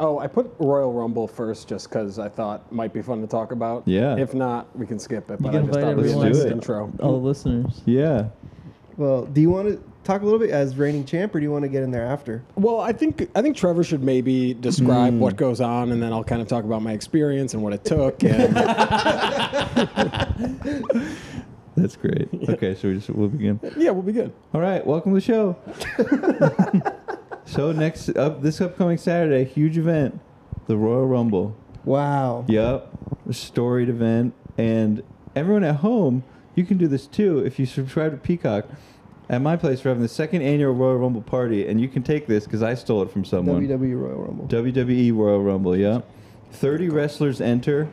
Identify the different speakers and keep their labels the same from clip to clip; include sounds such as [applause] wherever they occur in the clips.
Speaker 1: Oh, I put Royal Rumble first just because I thought might be fun to talk about.
Speaker 2: Yeah.
Speaker 1: If not, we can skip it. But I
Speaker 3: can
Speaker 1: just
Speaker 3: invite
Speaker 1: thought it was a
Speaker 2: everyone.
Speaker 1: nice
Speaker 2: Let's do it.
Speaker 1: intro.
Speaker 3: All the listeners.
Speaker 2: Yeah.
Speaker 4: Well, do you want to talk a little bit as reigning champ, or do you want to get in there after?
Speaker 1: Well, I think I think Trevor should maybe
Speaker 2: Hmm.
Speaker 1: describe what goes on, and then I'll kind of talk about my experience and what it took. [laughs] And
Speaker 2: That's great. Okay, so we just we'll begin.
Speaker 1: yeah, we'll be good.
Speaker 2: All right, welcome to the show. so next up this upcoming Saturday, huge event, the Royal Rumble.
Speaker 4: Wow.
Speaker 2: Yep, a storied event, and everyone at home, you can do this too if you subscribe to Peacock. At my place, we're having the second annual Royal Rumble party, and you can take this because I stole it from someone.
Speaker 4: WWE E Royal Rumble.
Speaker 2: WWE E Royal Rumble, yeah. 30 wrestlers enter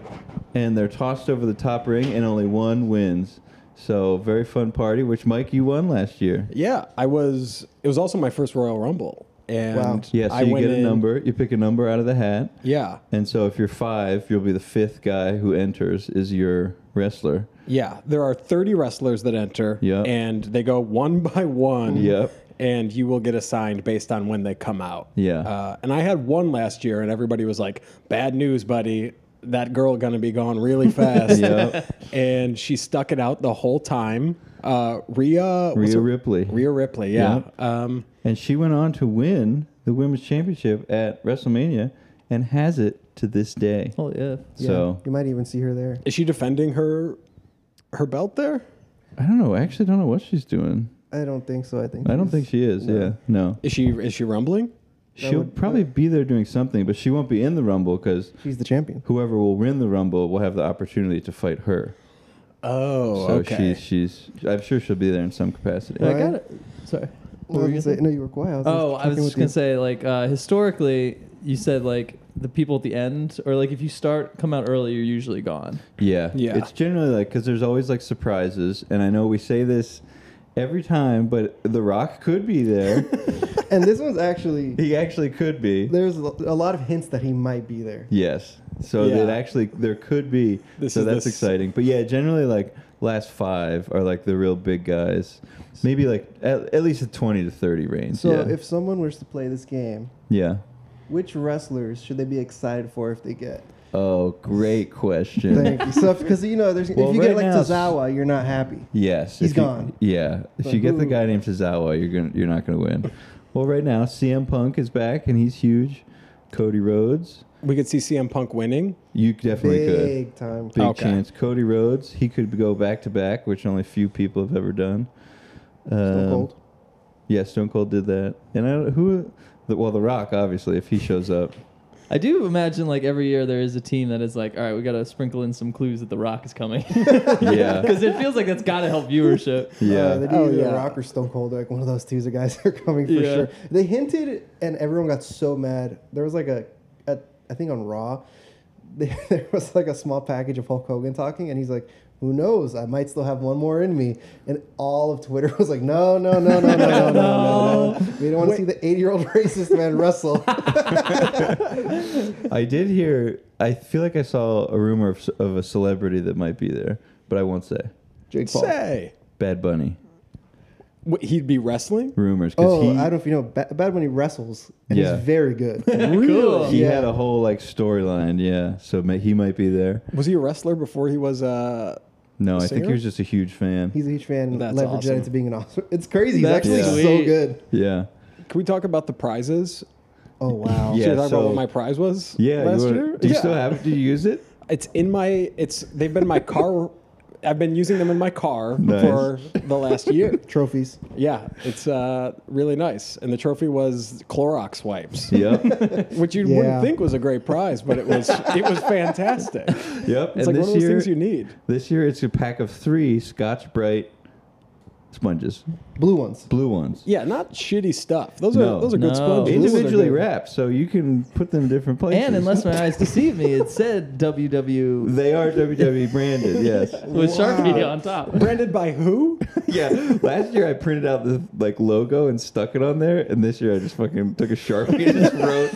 Speaker 2: and they're tossed over the top ring and only one wins. So, very fun party, which Mike, you won last year.
Speaker 1: Yeah, I was. It was also my first Royal Rumble, and
Speaker 4: Wow.
Speaker 2: Yeah, so
Speaker 1: I
Speaker 2: you
Speaker 1: went
Speaker 2: get a
Speaker 1: in-
Speaker 2: number, you pick a number out of the hat.
Speaker 1: Yeah,
Speaker 2: And so, if you're five, you'll be the fifth guy who enters, is your wrestler.
Speaker 1: yeah. There are 30 wrestlers that enter,
Speaker 2: Yep.
Speaker 1: and they go one by one.
Speaker 2: Yep.
Speaker 1: And you will get assigned based on when they come out.
Speaker 2: Yeah.
Speaker 1: Uh, and I had one last year, and everybody was like, "Bad news, buddy. That girl gonna be gone
Speaker 2: [laughs]
Speaker 1: really fast."
Speaker 2: Yep.
Speaker 1: And she stuck it out the whole time. Uh, Rhea. what's
Speaker 2: Rhea
Speaker 1: her-
Speaker 2: Ripley.
Speaker 1: Rhea Ripley. Yeah.
Speaker 2: Yep.
Speaker 1: Um,
Speaker 2: And she went on to win the women's championship at WrestleMania and has it to this day.
Speaker 3: Oh yeah.
Speaker 2: So,
Speaker 4: You might even see her there.
Speaker 1: is she defending her her belt there?
Speaker 2: I don't know. I actually don't know what she's doing.
Speaker 4: I don't think so. I think.
Speaker 2: I don't think she is. Yeah. No.
Speaker 1: Is she is she rumbling?
Speaker 2: She'll
Speaker 4: would-
Speaker 2: probably be there doing something, but she won't be in the Rumble because
Speaker 4: she's the champion.
Speaker 2: whoever will win the Rumble will have the opportunity to fight her.
Speaker 1: Oh,
Speaker 2: So
Speaker 1: okay.
Speaker 2: she's she's I'm sure she'll be there in some capacity.
Speaker 3: I
Speaker 4: Right.
Speaker 3: got it. Sorry.
Speaker 4: Well,
Speaker 3: What were
Speaker 4: I
Speaker 3: you
Speaker 4: was
Speaker 3: gonna say?
Speaker 4: gonna say- no, you were quiet. I was
Speaker 3: Oh, I was
Speaker 4: checking
Speaker 3: just
Speaker 4: with
Speaker 3: gonna
Speaker 4: you.
Speaker 3: say, like, uh, historically, you said like the people at the end, or like if you start come out early, you're usually gone.
Speaker 2: Yeah,
Speaker 1: Yeah.
Speaker 2: It's generally like because there's always like surprises, and I know we say this every time, but The Rock could
Speaker 1: [laughs]
Speaker 2: be there.
Speaker 4: And this one's actually
Speaker 2: he actually could be.
Speaker 4: there's a a lot of hints that he might be there.
Speaker 2: Yes. So
Speaker 1: Yeah.
Speaker 2: that actually there could be.
Speaker 1: This
Speaker 2: so
Speaker 1: is
Speaker 2: that's
Speaker 1: this-
Speaker 2: exciting. But yeah, generally like last five are like the real big guys. Maybe like at, at least a twenty to thirty range.
Speaker 4: So
Speaker 2: yeah.
Speaker 4: if someone was to play this game,
Speaker 2: yeah.
Speaker 4: which wrestlers should they be excited for if they get?
Speaker 2: Oh, great question.
Speaker 4: Thank you. So because you know, there's
Speaker 2: Well,
Speaker 4: if you
Speaker 2: right
Speaker 4: get like
Speaker 2: now-
Speaker 4: Tozawa, you're not happy.
Speaker 2: Yes,
Speaker 4: He's
Speaker 2: if you-
Speaker 4: gone.
Speaker 2: yeah, if
Speaker 4: Like,
Speaker 2: you get the
Speaker 4: ooh.
Speaker 2: guy named Tozawa, you're gonna you're not gonna win. well, right now CM Punk is back and he's huge. Cody Rhodes,
Speaker 1: we could see CM Punk winning.
Speaker 2: you definitely could.
Speaker 4: Big time.
Speaker 2: Big
Speaker 1: Okay.
Speaker 2: chance. Cody Rhodes, he could go back to back, which only few people have ever done. Um,
Speaker 4: Stone Cold.
Speaker 2: Yeah, Stone Cold did that. And I don't, who? The, well, The Rock, obviously, if he shows
Speaker 4: [laughs]
Speaker 2: up.
Speaker 3: I do imagine like every year there is a team that is like, all right, we gotta sprinkle in some clues that the Rock is [laughs] coming,
Speaker 2: yeah,
Speaker 3: because it feels like that's gotta help viewership.
Speaker 2: yeah.
Speaker 4: Uh, they do
Speaker 1: Oh,
Speaker 4: either
Speaker 1: yeah.
Speaker 4: Rock or Stone Cold. Like one of those two guys [laughs] are coming for
Speaker 3: Yeah.
Speaker 4: sure. They hinted, and everyone got so mad. There was like a, a I think on Raw, [laughs] there, there was like a small package of Hulk Hogan talking, and he's like, "Who knows? I might still have one more in me." And all of Twitter [laughs] was like, "No, no, no, no, no, no, no, no, no. We don't want to see the eighty-year-old [laughs] racist man wrestle."
Speaker 2: I did hear. I feel like I saw a rumor of, of a celebrity that might be there, but I won't say.
Speaker 4: Jake Paul.
Speaker 1: Say,
Speaker 2: Bad Bunny
Speaker 1: Wh- he'd be wrestling.
Speaker 2: rumors because
Speaker 4: Oh,
Speaker 2: he
Speaker 4: I don't know if you know. Ba- Bad Bunny wrestles, and
Speaker 2: Yeah.
Speaker 4: he's very good.
Speaker 1: [laughs]
Speaker 3: Cool.
Speaker 2: he
Speaker 4: yeah.
Speaker 2: had a whole like storyline. Yeah, so ma- he might be there.
Speaker 1: Was he a wrestler before he was? Uh,
Speaker 2: No, I think
Speaker 1: singer?
Speaker 2: he was just a huge fan.
Speaker 4: He's a huge fan.
Speaker 1: That's
Speaker 4: That's leveraged
Speaker 1: awesome.
Speaker 4: that into being an awesome. It's crazy. He's
Speaker 3: That's
Speaker 4: actually
Speaker 3: sweet.
Speaker 4: so good.
Speaker 2: yeah,
Speaker 1: can we talk about the prizes?
Speaker 4: Oh wow.
Speaker 2: [laughs] Yeah,
Speaker 1: Should we talk
Speaker 2: so-
Speaker 1: about what my prize was?
Speaker 2: yeah.
Speaker 1: last
Speaker 2: you wanna-
Speaker 1: year.
Speaker 2: Do you still have it? Do you
Speaker 1: [laughs]
Speaker 2: use it?
Speaker 1: It's in my. It's they've been my car. I've been using them in my car
Speaker 2: Nice.
Speaker 1: for the last year.
Speaker 4: Trophies.
Speaker 1: Yeah, it's uh, really nice. And the trophy was Clorox wipes,
Speaker 2: Yep,
Speaker 1: which you
Speaker 4: Yeah.
Speaker 1: wouldn't think was a great prize, but it
Speaker 2: [laughs]
Speaker 1: was. It was fantastic. It's
Speaker 2: yep.
Speaker 1: like one of those things you need.
Speaker 2: This year it's a pack of three Scotch Brite sponges,
Speaker 4: Blue ones.
Speaker 2: blue ones.
Speaker 1: Yeah, not shitty stuff. Those
Speaker 2: No.
Speaker 1: are those are good
Speaker 3: No.
Speaker 1: sponges.
Speaker 3: Those
Speaker 2: Individually
Speaker 4: good.
Speaker 2: wrapped, so you can put them in different places.
Speaker 3: And unless my eyes deceive me, it said WW
Speaker 2: they are WWE
Speaker 1: [laughs]
Speaker 2: branded, yes.
Speaker 3: with Sharpie on top.
Speaker 1: Branded by who?
Speaker 2: Yeah. Last year I printed out the like logo and stuck it on there, and this year I just fucking took a sharpie and just wrote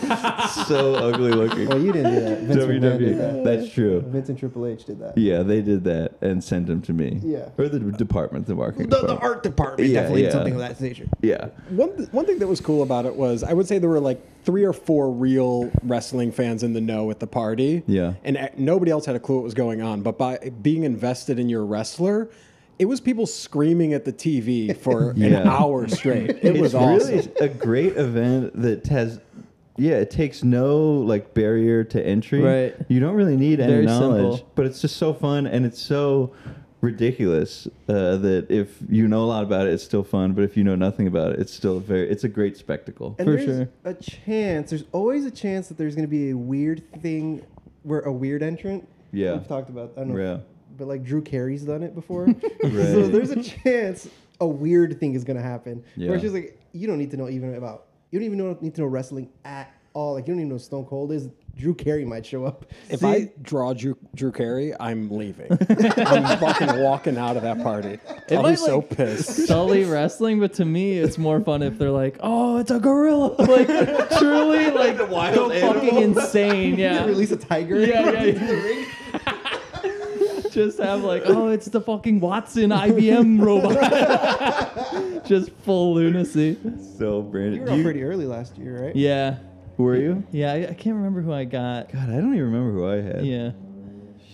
Speaker 2: so ugly looking.
Speaker 4: Well, you didn't do that. Oh, Vince
Speaker 2: E.
Speaker 4: McMahon did that.
Speaker 2: WWE. That's true.
Speaker 4: Vince and Triple H did that.
Speaker 2: Yeah, they did that and sent them to me.
Speaker 4: Yeah.
Speaker 2: Or the department, the marketing.
Speaker 1: The, the
Speaker 2: department.
Speaker 1: art department
Speaker 2: Yeah,
Speaker 5: win
Speaker 2: yeah.
Speaker 5: something of that nature.
Speaker 2: Yeah.
Speaker 1: One, th- one thing that was cool about it was I would say there were like three or four real wrestling fans in the know at the party.
Speaker 2: Yeah.
Speaker 1: And uh, nobody else had a clue what was going on. But by being invested in your wrestler, it was people screaming at the TV
Speaker 2: [laughs]
Speaker 1: for
Speaker 2: Yeah.
Speaker 1: an hour
Speaker 2: [laughs]
Speaker 1: straight. It
Speaker 2: it's
Speaker 1: was awesome.
Speaker 2: really a great event that has yeah it takes no like barrier to entry
Speaker 3: Right.
Speaker 2: you don't really need any
Speaker 3: Very
Speaker 2: knowledge
Speaker 3: simple.
Speaker 2: but it's just so fun and it's so ridiculous uh, that if you know a lot about it it's still fun but if you know nothing about it it's still a very it's a great spectacle
Speaker 4: And
Speaker 3: For
Speaker 4: there's
Speaker 3: sure.
Speaker 4: a chance. There's always a chance that there's going to be a weird thing where a weird entrant.
Speaker 2: Yeah.
Speaker 4: We've talked about. I don't know.
Speaker 2: Yeah.
Speaker 4: But like Drew Carey's done it before. So
Speaker 2: [laughs] Right.
Speaker 4: there's a chance a weird thing is going to happen. Where
Speaker 2: Yeah.
Speaker 4: it's just like you don't need to know even about. You don't even know, need to know wrestling at all. Like you don't even know who Stone Cold is. Drew Carey might show up.
Speaker 1: If
Speaker 4: See?
Speaker 1: I draw Drew, Drew Carey, I'm
Speaker 2: [laughs]
Speaker 1: leaving. I'm fucking walking out of that party.
Speaker 3: It
Speaker 1: I'm
Speaker 3: might,
Speaker 1: so
Speaker 3: like-
Speaker 1: pissed.
Speaker 3: [laughs] Sully wrestling, but to me, it's more fun if they're like, "Oh, it's a gorilla!" [laughs] Like truly, like go fucking insane.
Speaker 4: [laughs]
Speaker 3: Yeah,
Speaker 4: release a tiger.
Speaker 3: Yeah,
Speaker 4: [laughs]
Speaker 3: yeah, yeah. just have like, "Oh, it's the fucking Watson IBM robot." [laughs] just full lunacy.
Speaker 2: so
Speaker 4: You
Speaker 2: brandon
Speaker 4: were
Speaker 2: you-
Speaker 4: on pretty early last year, right?
Speaker 3: Yeah,
Speaker 2: were you
Speaker 3: yeah. I, I can't remember who I got.
Speaker 2: god i don't even remember who i had
Speaker 3: Yeah,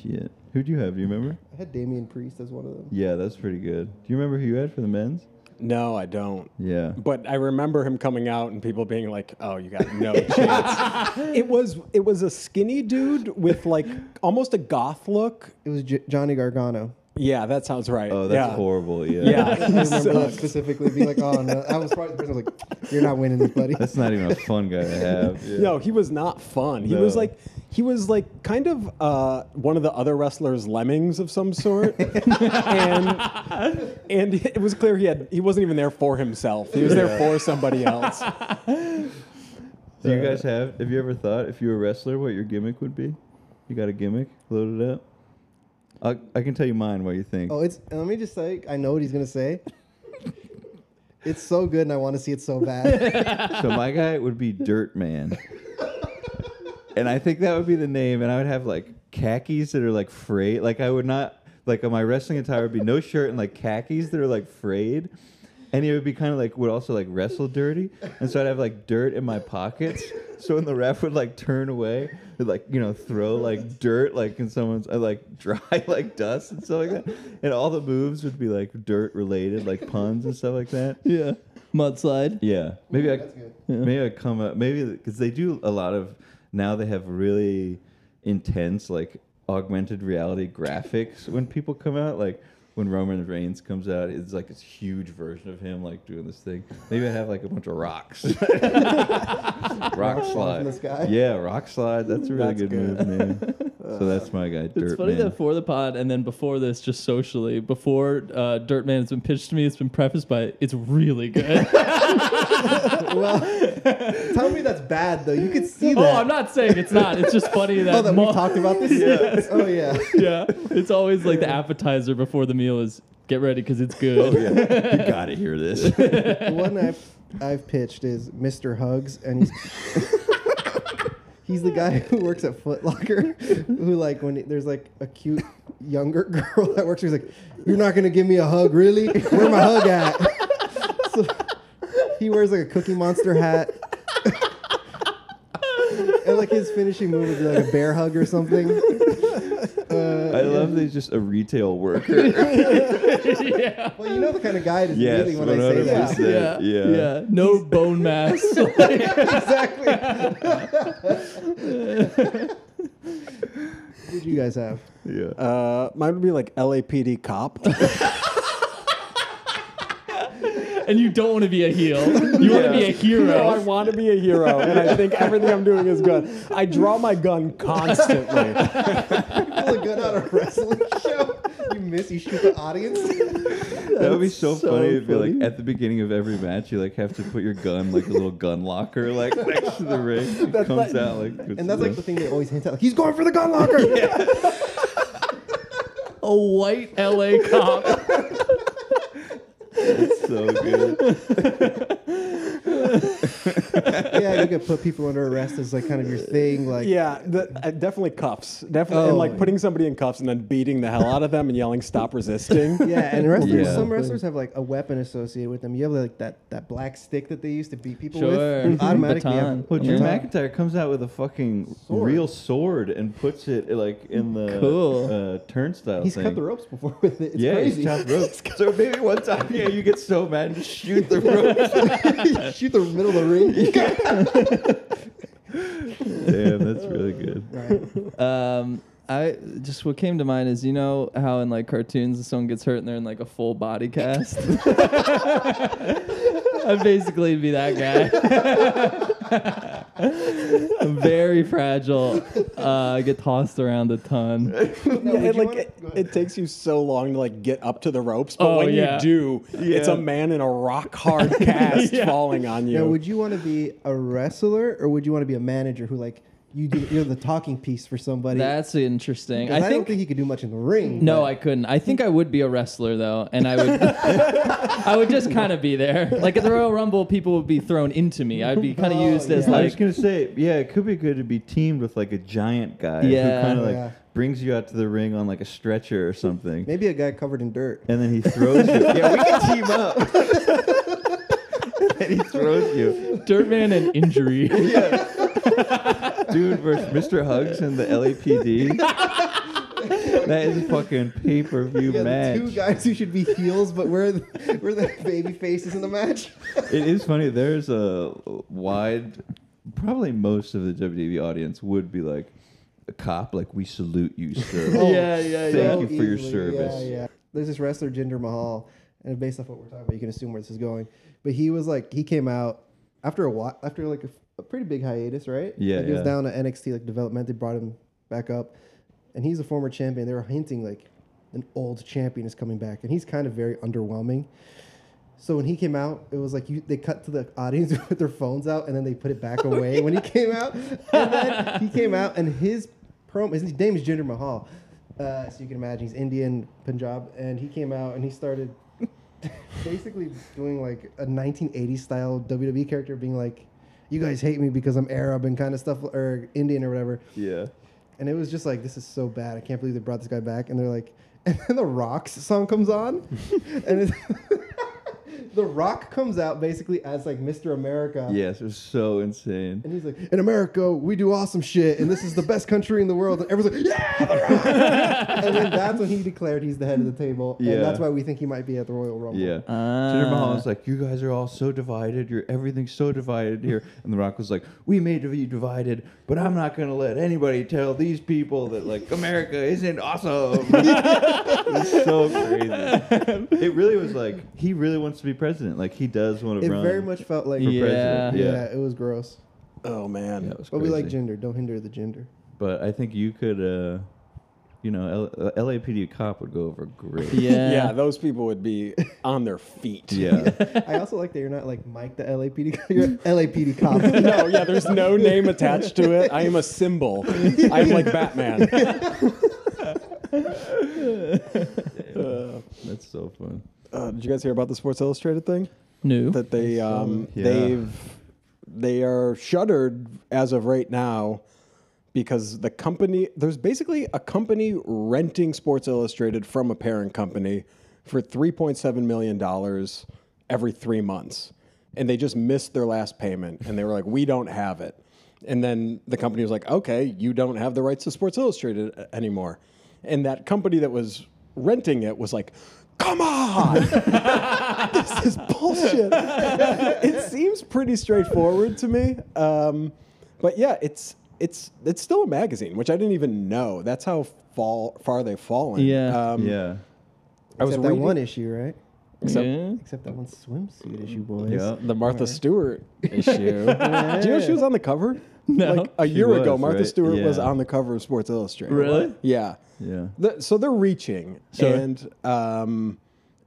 Speaker 2: shit who'd you have do you remember
Speaker 4: I had Damian Priest as one of them.
Speaker 2: yeah that's pretty good do you remember who you had for the men's
Speaker 1: No, I don't.
Speaker 2: yeah
Speaker 1: But I remember him coming out and people being like, "Oh, you got no chance." [laughs] it was it was a skinny dude with like almost a goth look.
Speaker 4: It was J- Johnny [laughs] Gargano.
Speaker 1: Yeah, that sounds right.
Speaker 2: oh that's
Speaker 1: yeah.
Speaker 2: horrible
Speaker 1: Yeah,
Speaker 4: I remember that specifically being like, oh no, I was probably the person who was like, you're not winning this, buddy.
Speaker 2: That's not even a fun guy to have. Yeah.
Speaker 1: No, he was not fun. He was
Speaker 2: No.
Speaker 1: like he was like kind of uh, one of the other wrestlers lemmings of some [laughs] sort. and and it was clear he had he wasn't even there for himself. He was there for somebody else.
Speaker 2: Do you guys have? Have you ever thought if you were a wrestler, what your gimmick would be? You got a gimmick? Load it up. I, I can tell you mine. What you think?
Speaker 4: [laughs] Oh, it's. and Let me just say, I know what he's gonna say. It's so good, and I want to see it so [laughs] bad.
Speaker 2: So my guy would be Dirt Man, and I think that would be the name. And I would have like khakis that are like frayed. Like I would not like my wrestling attire would be no shirt and like khakis that are like frayed. And he would be kind of like would also like wrestle dirty, and so I'd have like dirt in my pockets. So when the ref would like turn away, would, like you know throw like dirt like in someone's uh, like [laughs] dry like dust and stuff like that, and all the moves would be like dirt related, like puns and stuff like that.
Speaker 3: yeah. Mudslide.
Speaker 2: Yeah, maybe I
Speaker 4: that's good.
Speaker 2: maybe I come up maybe because they do a lot of now they have really intense like augmented reality graphics when people come out like when Roman Reigns comes out it's like this huge version of him like doing this thing maybe I have like a bunch of rocks rock slide
Speaker 4: from the sky?
Speaker 2: yeah rock slide that's a really
Speaker 1: That's
Speaker 2: good,
Speaker 1: good.
Speaker 2: move man so that's my guy
Speaker 3: It's
Speaker 2: Dirt
Speaker 3: funny
Speaker 2: Man.
Speaker 3: that for the pod and then before this, just socially, before uh, Dirt Man has been pitched to me, it's been prefaced by it's really good.
Speaker 4: well, tell me that's bad though. You could see
Speaker 3: [laughs] oh,
Speaker 4: that.
Speaker 3: I'm not saying it's not. It's just funny that,
Speaker 4: Oh, that we
Speaker 3: mo-
Speaker 4: talked about this. Oh [laughs] yeah.
Speaker 3: yeah, it's always like the appetizer before the meal is get ready because it's
Speaker 2: [laughs]
Speaker 3: good.
Speaker 2: oh yeah you gotta hear this
Speaker 4: The one I've I've pitched is Mr. Hugs, and he's [laughs] he's the guy who works at Foot Locker, who like when there's like a cute younger girl that works, he's like, "You're not gonna give me a hug, really? Where my hug at?" [laughs] So he wears like a Cookie Monster hat. [laughs] And like his finishing move would be like a bear hug or something.
Speaker 2: I love that he's just a retail worker
Speaker 3: yeah.
Speaker 4: Well, you know the kind of guy it is
Speaker 2: yes
Speaker 4: really when I say
Speaker 2: 100
Speaker 3: [laughs]
Speaker 4: that.
Speaker 3: Yeah.
Speaker 2: yeah
Speaker 3: yeah. No bone [laughs] mass.
Speaker 4: exactly. What do you guys have?
Speaker 2: yeah.
Speaker 1: Uh, mine would be like LAPD cop.
Speaker 3: and you don't want to be a heel. You want to be a
Speaker 1: No, I
Speaker 3: hero.
Speaker 1: want to be a hero, and I think everything I'm doing is good. I draw my gun constantly.
Speaker 4: pull a gun out of a wrestling show. You miss, you shoot the audience.
Speaker 2: That would be so,
Speaker 3: so
Speaker 2: funny if you like
Speaker 3: funny.
Speaker 2: at the beginning of every match you like have to put your gun like a little gun locker like [laughs] next to the ring. It comes
Speaker 1: like-
Speaker 2: out
Speaker 4: [laughs]
Speaker 2: like
Speaker 4: And that's like the thing they always hint at. Like, He's going for the gun locker.
Speaker 3: A white [laughs] LA cop.
Speaker 2: [laughs]
Speaker 4: [laughs]
Speaker 2: so good.
Speaker 4: yeah, you like a put people under arrest is like kind of your thing.
Speaker 1: [laughs]
Speaker 4: Like,
Speaker 1: Yeah, the, uh, definitely cuffs. Definitely, and like
Speaker 4: Oh.
Speaker 1: putting somebody in cuffs and then beating the hell out of them and yelling "Stop [laughs] resisting."
Speaker 4: Yeah, and wrestlers,
Speaker 2: Yeah.
Speaker 4: some wrestlers have like a weapon associated with them. You have like that, that black stick that they used to beat people
Speaker 3: Sure.
Speaker 4: with. You
Speaker 3: Mhm.
Speaker 4: Automatically, have
Speaker 3: Baton.
Speaker 4: a
Speaker 2: Well, Drew
Speaker 3: Yeah.
Speaker 4: baton.
Speaker 2: McIntyre comes out with a fucking
Speaker 4: Sword.
Speaker 2: real sword and puts it like in the
Speaker 3: Cool.
Speaker 2: uh, turnstile
Speaker 4: He's
Speaker 2: thing.
Speaker 4: cut the ropes before with it. It's
Speaker 2: yeah, [laughs]
Speaker 4: crazy.
Speaker 2: he's chopped
Speaker 4: [laughs]
Speaker 2: ropes. so maybe one time, yeah, you get so mad and just shoot the
Speaker 4: [laughs]
Speaker 2: ropes.
Speaker 4: Shoot the middle of the ring.
Speaker 2: Damn, that's really good.
Speaker 3: Um, I just what came to mind is you know how in like cartoons someone gets hurt and they're in like a full body cast. [laughs] I'd basically be that guy. [laughs] I'm very fragile. Uh, I get tossed around a ton.
Speaker 4: No,
Speaker 1: Yeah,
Speaker 4: would
Speaker 1: and,
Speaker 4: you
Speaker 1: like
Speaker 4: wanna-
Speaker 1: it,
Speaker 4: go ahead.
Speaker 1: it takes you so long to like get up to the ropes, but
Speaker 3: Oh,
Speaker 1: when
Speaker 3: yeah.
Speaker 1: you do, it's
Speaker 2: Yeah.
Speaker 1: a man in a rock [laughs] hard cast falling on you.
Speaker 4: Now, would you want to be a wrestler or would you want to be a manager who like you do, you're the talking piece for somebody?
Speaker 3: That's interesting.
Speaker 4: 'Cause
Speaker 3: I
Speaker 4: I,
Speaker 3: think,
Speaker 4: don't think he could do much in the ring.
Speaker 3: no,
Speaker 4: but-
Speaker 3: I couldn't. I think I would be a wrestler though, and I would I would just kind of be there. Like at the Royal Rumble, people would be thrown into me. I'd be kind of
Speaker 4: Oh,
Speaker 3: used as
Speaker 4: yeah.
Speaker 2: I [laughs]
Speaker 3: like
Speaker 2: was gonna say, yeah, it could be good to be teamed with like a giant guy
Speaker 3: Yeah.
Speaker 2: who kind of like
Speaker 4: Yeah.
Speaker 2: brings you out to the ring on like a stretcher or something,
Speaker 4: maybe a guy covered in dirt.
Speaker 2: and then he throws you. Yeah, we can team
Speaker 4: [laughs]
Speaker 2: up. and he throws you,
Speaker 3: Dirtman and injury.
Speaker 2: dude versus Mr. Hugs and the LAPD. that is a fucking pay per view
Speaker 4: Yeah, the
Speaker 2: match.
Speaker 4: two guys who should be heels, but we're the, [laughs] we're the baby faces in the match.
Speaker 2: it is funny. There's a wide, probably most of the WWE audience would be like a cop, like we salute you,
Speaker 4: [laughs]
Speaker 2: sir.
Speaker 3: Yeah, yeah, yeah.
Speaker 2: Oh, Thank you for your service.
Speaker 4: Oh, Yeah, yeah. There's this wrestler, Jinder Mahal, and based off what we're talking about, you can assume where this is going. But he was like, he came out after a while, after like a, a pretty big hiatus, right?
Speaker 2: Yeah,
Speaker 4: Like, He was
Speaker 2: yeah.
Speaker 4: down at NXT, like development. They brought him back up, and he's a former champion. They were hinting like an old champion is coming back, and he's kind of very underwhelming. So when he came out, it was like you, they cut to the audience [laughs] with their phones out, and then they put it back away when he came out. [laughs] And then he came out, and his promo, his name is Jinder Mahal, uh, so you can imagine he's Indian, Punjab, and he came out and he started [laughs] basically doing like a 1980s style WWE character, being like, "You guys hate me because I'm Arab and kind of stuff, or Indian or whatever."
Speaker 2: yeah.
Speaker 4: And it was just like, this is so bad. I can't believe they brought this guy back. And they're like, [laughs] and then the Rocks song
Speaker 2: [laughs]
Speaker 4: comes on, and it's, [laughs] the Rock comes out basically as like Mr. America.
Speaker 2: Yes, it was so insane.
Speaker 4: And he's like, in America, we do awesome shit, and this is the best country in the world. And everyone's like, yeah, The
Speaker 2: [laughs]
Speaker 4: Rock! and then that's when he declared he's the head of the table.
Speaker 2: Yeah.
Speaker 4: And that's why we think he might be at the Royal Rumble.
Speaker 2: Yeah.
Speaker 3: Uh,
Speaker 2: Jinder
Speaker 4: Uh.
Speaker 2: Mahal was like, "You guys are all so divided. You're everything's so divided here." And The Rock was like, "We made to be divided, but I'm not gonna let anybody tell these people that like America isn't
Speaker 4: [laughs]
Speaker 2: awesome." it's so crazy. It really was like he really wants to be president. Like he does want to
Speaker 4: It
Speaker 2: run.
Speaker 4: very much felt like,
Speaker 3: Yeah.
Speaker 2: president.
Speaker 4: yeah,
Speaker 2: Yeah.
Speaker 4: it was gross.
Speaker 1: oh man,
Speaker 2: Yeah, it was
Speaker 4: But we like
Speaker 2: crazy.
Speaker 4: gender. Don't hinder the gender.
Speaker 2: But I think you could, uh, you know, L- LAPD cop would go over great.
Speaker 1: [laughs] yeah.
Speaker 3: Yeah.
Speaker 1: those people would be on their feet.
Speaker 2: Yeah.
Speaker 4: [laughs] I also like that you're not like Mike the LAPD. cop. You're LAPD
Speaker 2: [laughs]
Speaker 4: cop.
Speaker 1: No, yeah, there's no name attached to it. I am a [laughs] symbol. I'm like Batman. Uh,
Speaker 2: That's so fun.
Speaker 1: uh, did you guys hear about the Sports Illustrated thing?
Speaker 3: New.
Speaker 1: that they um,
Speaker 2: Yeah.
Speaker 1: they've they are shuttered as of right now because the company there's basically a company renting Sports Illustrated from a parent company for 3.7 million dollars every 3 months and they just missed their last payment and they were like we don't have it and then the company was like okay you don't have the rights to Sports Illustrated a- anymore and that company that was renting it was like come on [laughs] this is bullshit. it seems pretty straightforward to me. Um, but yeah, it's it's it's still a magazine, which I didn't even know. That's how fall, far they've fallen.
Speaker 3: Yeah.
Speaker 1: Um,
Speaker 2: Yeah.
Speaker 1: I was
Speaker 4: Except that
Speaker 1: reading
Speaker 4: one issue, right?
Speaker 1: so-
Speaker 3: Yeah.
Speaker 4: Except that one swimsuit [laughs] issue, boys.
Speaker 2: Yeah.
Speaker 1: the Martha Stewart issue. Do you know she was on the cover?
Speaker 3: No.
Speaker 1: Like a
Speaker 2: She
Speaker 1: year ago,
Speaker 2: was,
Speaker 1: Martha
Speaker 2: right?
Speaker 1: Stewart was
Speaker 2: Yeah.
Speaker 1: on the cover of Sports Illustrated.
Speaker 3: Really?
Speaker 1: Yeah.
Speaker 2: [laughs] Yeah.
Speaker 1: The, so they're reaching,
Speaker 3: Sure.
Speaker 1: and um,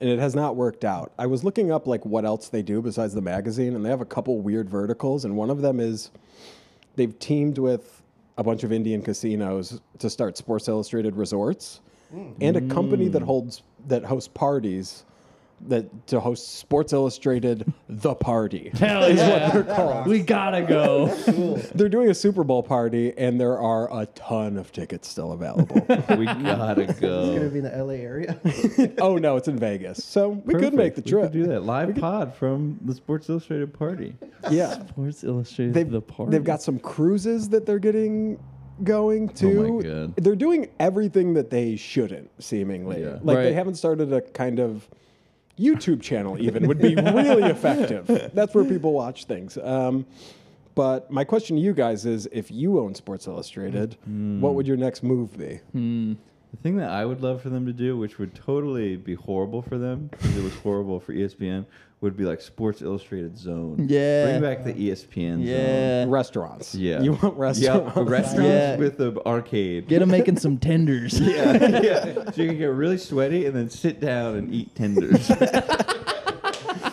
Speaker 1: and it has not worked out. I was looking up like what else they do besides the magazine, and they have a couple weird verticals, and one of them is they've teamed with a bunch of Indian casinos to start Hmm. Sports Illustrated resorts, and a company that holds that hosts parties that to host Sports Illustrated [laughs] The Party.
Speaker 3: Hell
Speaker 1: is
Speaker 3: yeah.
Speaker 1: what they're called.
Speaker 3: We gotta go.
Speaker 4: Cool.
Speaker 1: They're doing a Super Bowl party, and there are a ton of tickets still available.
Speaker 2: we gotta
Speaker 4: It's gonna
Speaker 2: go.
Speaker 4: be in the LA [laughs] area.
Speaker 1: oh no, it's in Vegas, so we could make the
Speaker 2: Perfect. We
Speaker 1: trip.
Speaker 2: do that live pod from the Sports Illustrated party.
Speaker 1: Yeah,
Speaker 3: Sports Illustrated
Speaker 1: they've
Speaker 3: the party.
Speaker 1: they've got some cruises that they're getting going to.
Speaker 2: Oh God.
Speaker 1: They're doing everything that they shouldn't, seemingly.
Speaker 2: Yeah.
Speaker 1: Like they
Speaker 3: Right.
Speaker 1: haven't started a kind of YouTube channel. Even would be really effective. That's where people watch things. Um, but my question to you guys is: If you own Sports Illustrated, what would your next move be?
Speaker 2: The thing that I would love for them to do, which would totally be horrible for them, because it was horrible for E ESPN, would be like Sports Illustrated Zone.
Speaker 3: Yeah.
Speaker 2: Bring back the E ESPN
Speaker 1: [laughs]
Speaker 2: Zone.
Speaker 3: yeah.
Speaker 1: Restaurants.
Speaker 2: Yeah.
Speaker 1: You want restaurants?
Speaker 2: Yeah,
Speaker 1: [laughs]
Speaker 2: restaurants
Speaker 3: Yeah.
Speaker 2: with an arcade.
Speaker 3: Get them making some
Speaker 2: [laughs]
Speaker 3: tenders. [laughs]
Speaker 2: yeah, yeah. So you can get really sweaty and then sit down and eat [laughs] tenders. So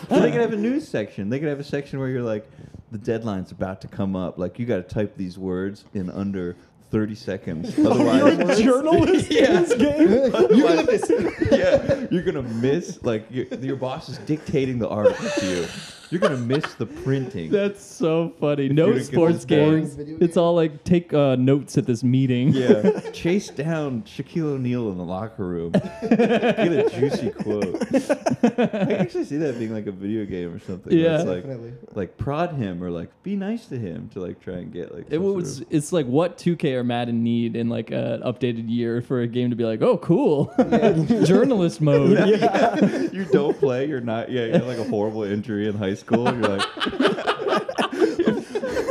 Speaker 2: they could have a news section. They could have a section where you're like, the deadline's about to come up. Like you got to type these words in under 30 [laughs] seconds.
Speaker 1: You're a
Speaker 2: Otherwise,
Speaker 1: journalist
Speaker 3: [laughs]
Speaker 1: in this game?
Speaker 2: you're gonna miss. yeah, you're gonna miss. Like your, your boss is dictating the article to you. You're gonna miss the printing.
Speaker 3: That's so funny.
Speaker 2: you
Speaker 3: No
Speaker 2: don't get
Speaker 3: sports
Speaker 2: this boring
Speaker 3: games.
Speaker 4: video
Speaker 3: It's all like take uh, notes at this meeting.
Speaker 2: Yeah, [laughs] chase down Shaquille O'Neal in the locker room. Get a juicy quote. I can actually see that being like a video game or something. where
Speaker 3: Yeah.
Speaker 2: it's like
Speaker 4: [laughs] [laughs] Definitely.
Speaker 2: like prod him or like be nice to him to like try and get like.
Speaker 3: It
Speaker 2: some sort
Speaker 3: was.
Speaker 2: of-
Speaker 3: It's like what 2K or Madden need in like an updated year for a game to be like, oh, cool, [laughs] journalist mode.
Speaker 2: you don't play. You're not. Yeah, you had like a horrible injury in high school. and you're like. [laughs]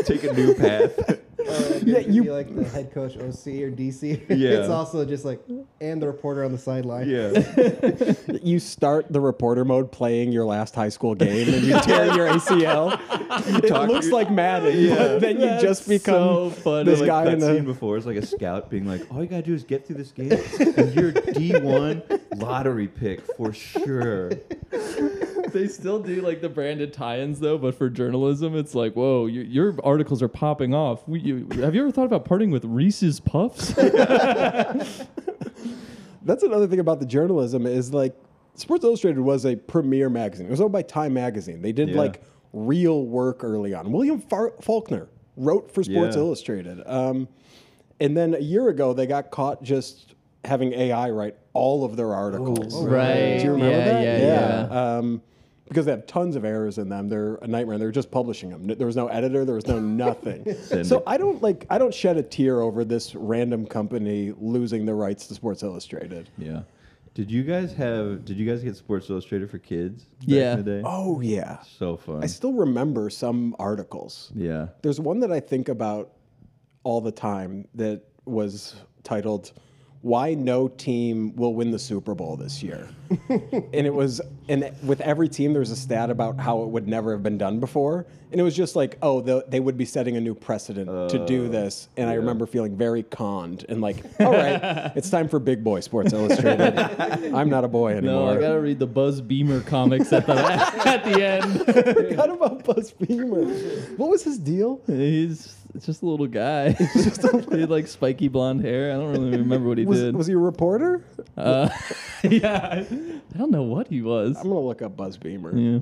Speaker 2: Take a new path.
Speaker 4: yeah,
Speaker 1: you-
Speaker 4: you be like the head coach, OC or [laughs] DC.
Speaker 2: Yeah.
Speaker 4: it's also just like and the reporter on the sideline.
Speaker 2: Yeah,
Speaker 1: You start the reporter mode playing your last high school game and you tear your ACL.
Speaker 2: [laughs] talk-
Speaker 1: it looks like Madden,
Speaker 2: Yeah.
Speaker 1: but then you
Speaker 3: That's
Speaker 1: just
Speaker 3: so
Speaker 1: become
Speaker 3: funny.
Speaker 1: this
Speaker 2: like
Speaker 1: guy
Speaker 2: that
Speaker 1: in
Speaker 2: scene
Speaker 1: the.
Speaker 2: before is like a scout being like, "All you gotta do is get through this game, and you're D one lottery pick for sure."
Speaker 3: [laughs] They still do like the branded tie-ins though, but for journalism, it's like, whoa, your, your articles are popping off. We, you, have you ever thought about parting with Reese's
Speaker 1: [laughs]
Speaker 3: Puffs?
Speaker 1: That's another thing about the journalism is like Sports Illustrated was a premier magazine. It was owned by Time Magazine. They did
Speaker 2: Yeah.
Speaker 1: like real work early on. William Far- Faulkner wrote for Sports
Speaker 2: Yeah.
Speaker 1: Illustrated. Um, and then a year ago, they got caught just having AI write all of their articles.
Speaker 3: Oh, right.
Speaker 1: Do you remember
Speaker 3: yeah,
Speaker 1: that?
Speaker 3: Yeah, yeah,
Speaker 1: Um, because they have tons of errors in them. They're a nightmare. and They're just publishing them. There was no editor. There was no nothing.
Speaker 2: Send
Speaker 1: so
Speaker 2: it.
Speaker 1: I don't like. I don't shed a tear over this random company losing the rights to Sports Illustrated.
Speaker 2: Yeah. Did you guys have? Did you guys get Sports Illustrated for kids? Back
Speaker 3: Yeah.
Speaker 2: In the day?
Speaker 1: Oh yeah.
Speaker 2: So fun.
Speaker 1: I still remember some articles.
Speaker 2: yeah.
Speaker 1: There's one that I think about all the time that was titled "Why No Team Will Win the Super Bowl This
Speaker 3: [laughs]
Speaker 1: Year," and it was and with every team there was a stat about how it would never have been done before, and it was just like, oh, the, they would be setting a new precedent to do
Speaker 3: Oh,
Speaker 1: this, and I remember feeling very conned and like, all
Speaker 3: [laughs]
Speaker 1: right, it's time for big boy Sports Illustrated. I'm not a boy
Speaker 3: No,
Speaker 1: anymore.
Speaker 3: I gotta read the Buzz Beamer comics at the [laughs] at the end.
Speaker 1: [laughs] forgot about Buzz Beamer. What was his deal?
Speaker 3: He's just a
Speaker 1: [laughs]
Speaker 3: little guy. [laughs] he had like spiky blonde hair. I don't really remember what he
Speaker 1: Was,
Speaker 3: did.
Speaker 1: was he a reporter?
Speaker 3: uh, [laughs] yeah, I I don't know what he was.
Speaker 1: I'm gonna look up Buzz Beamer.
Speaker 3: Yeah.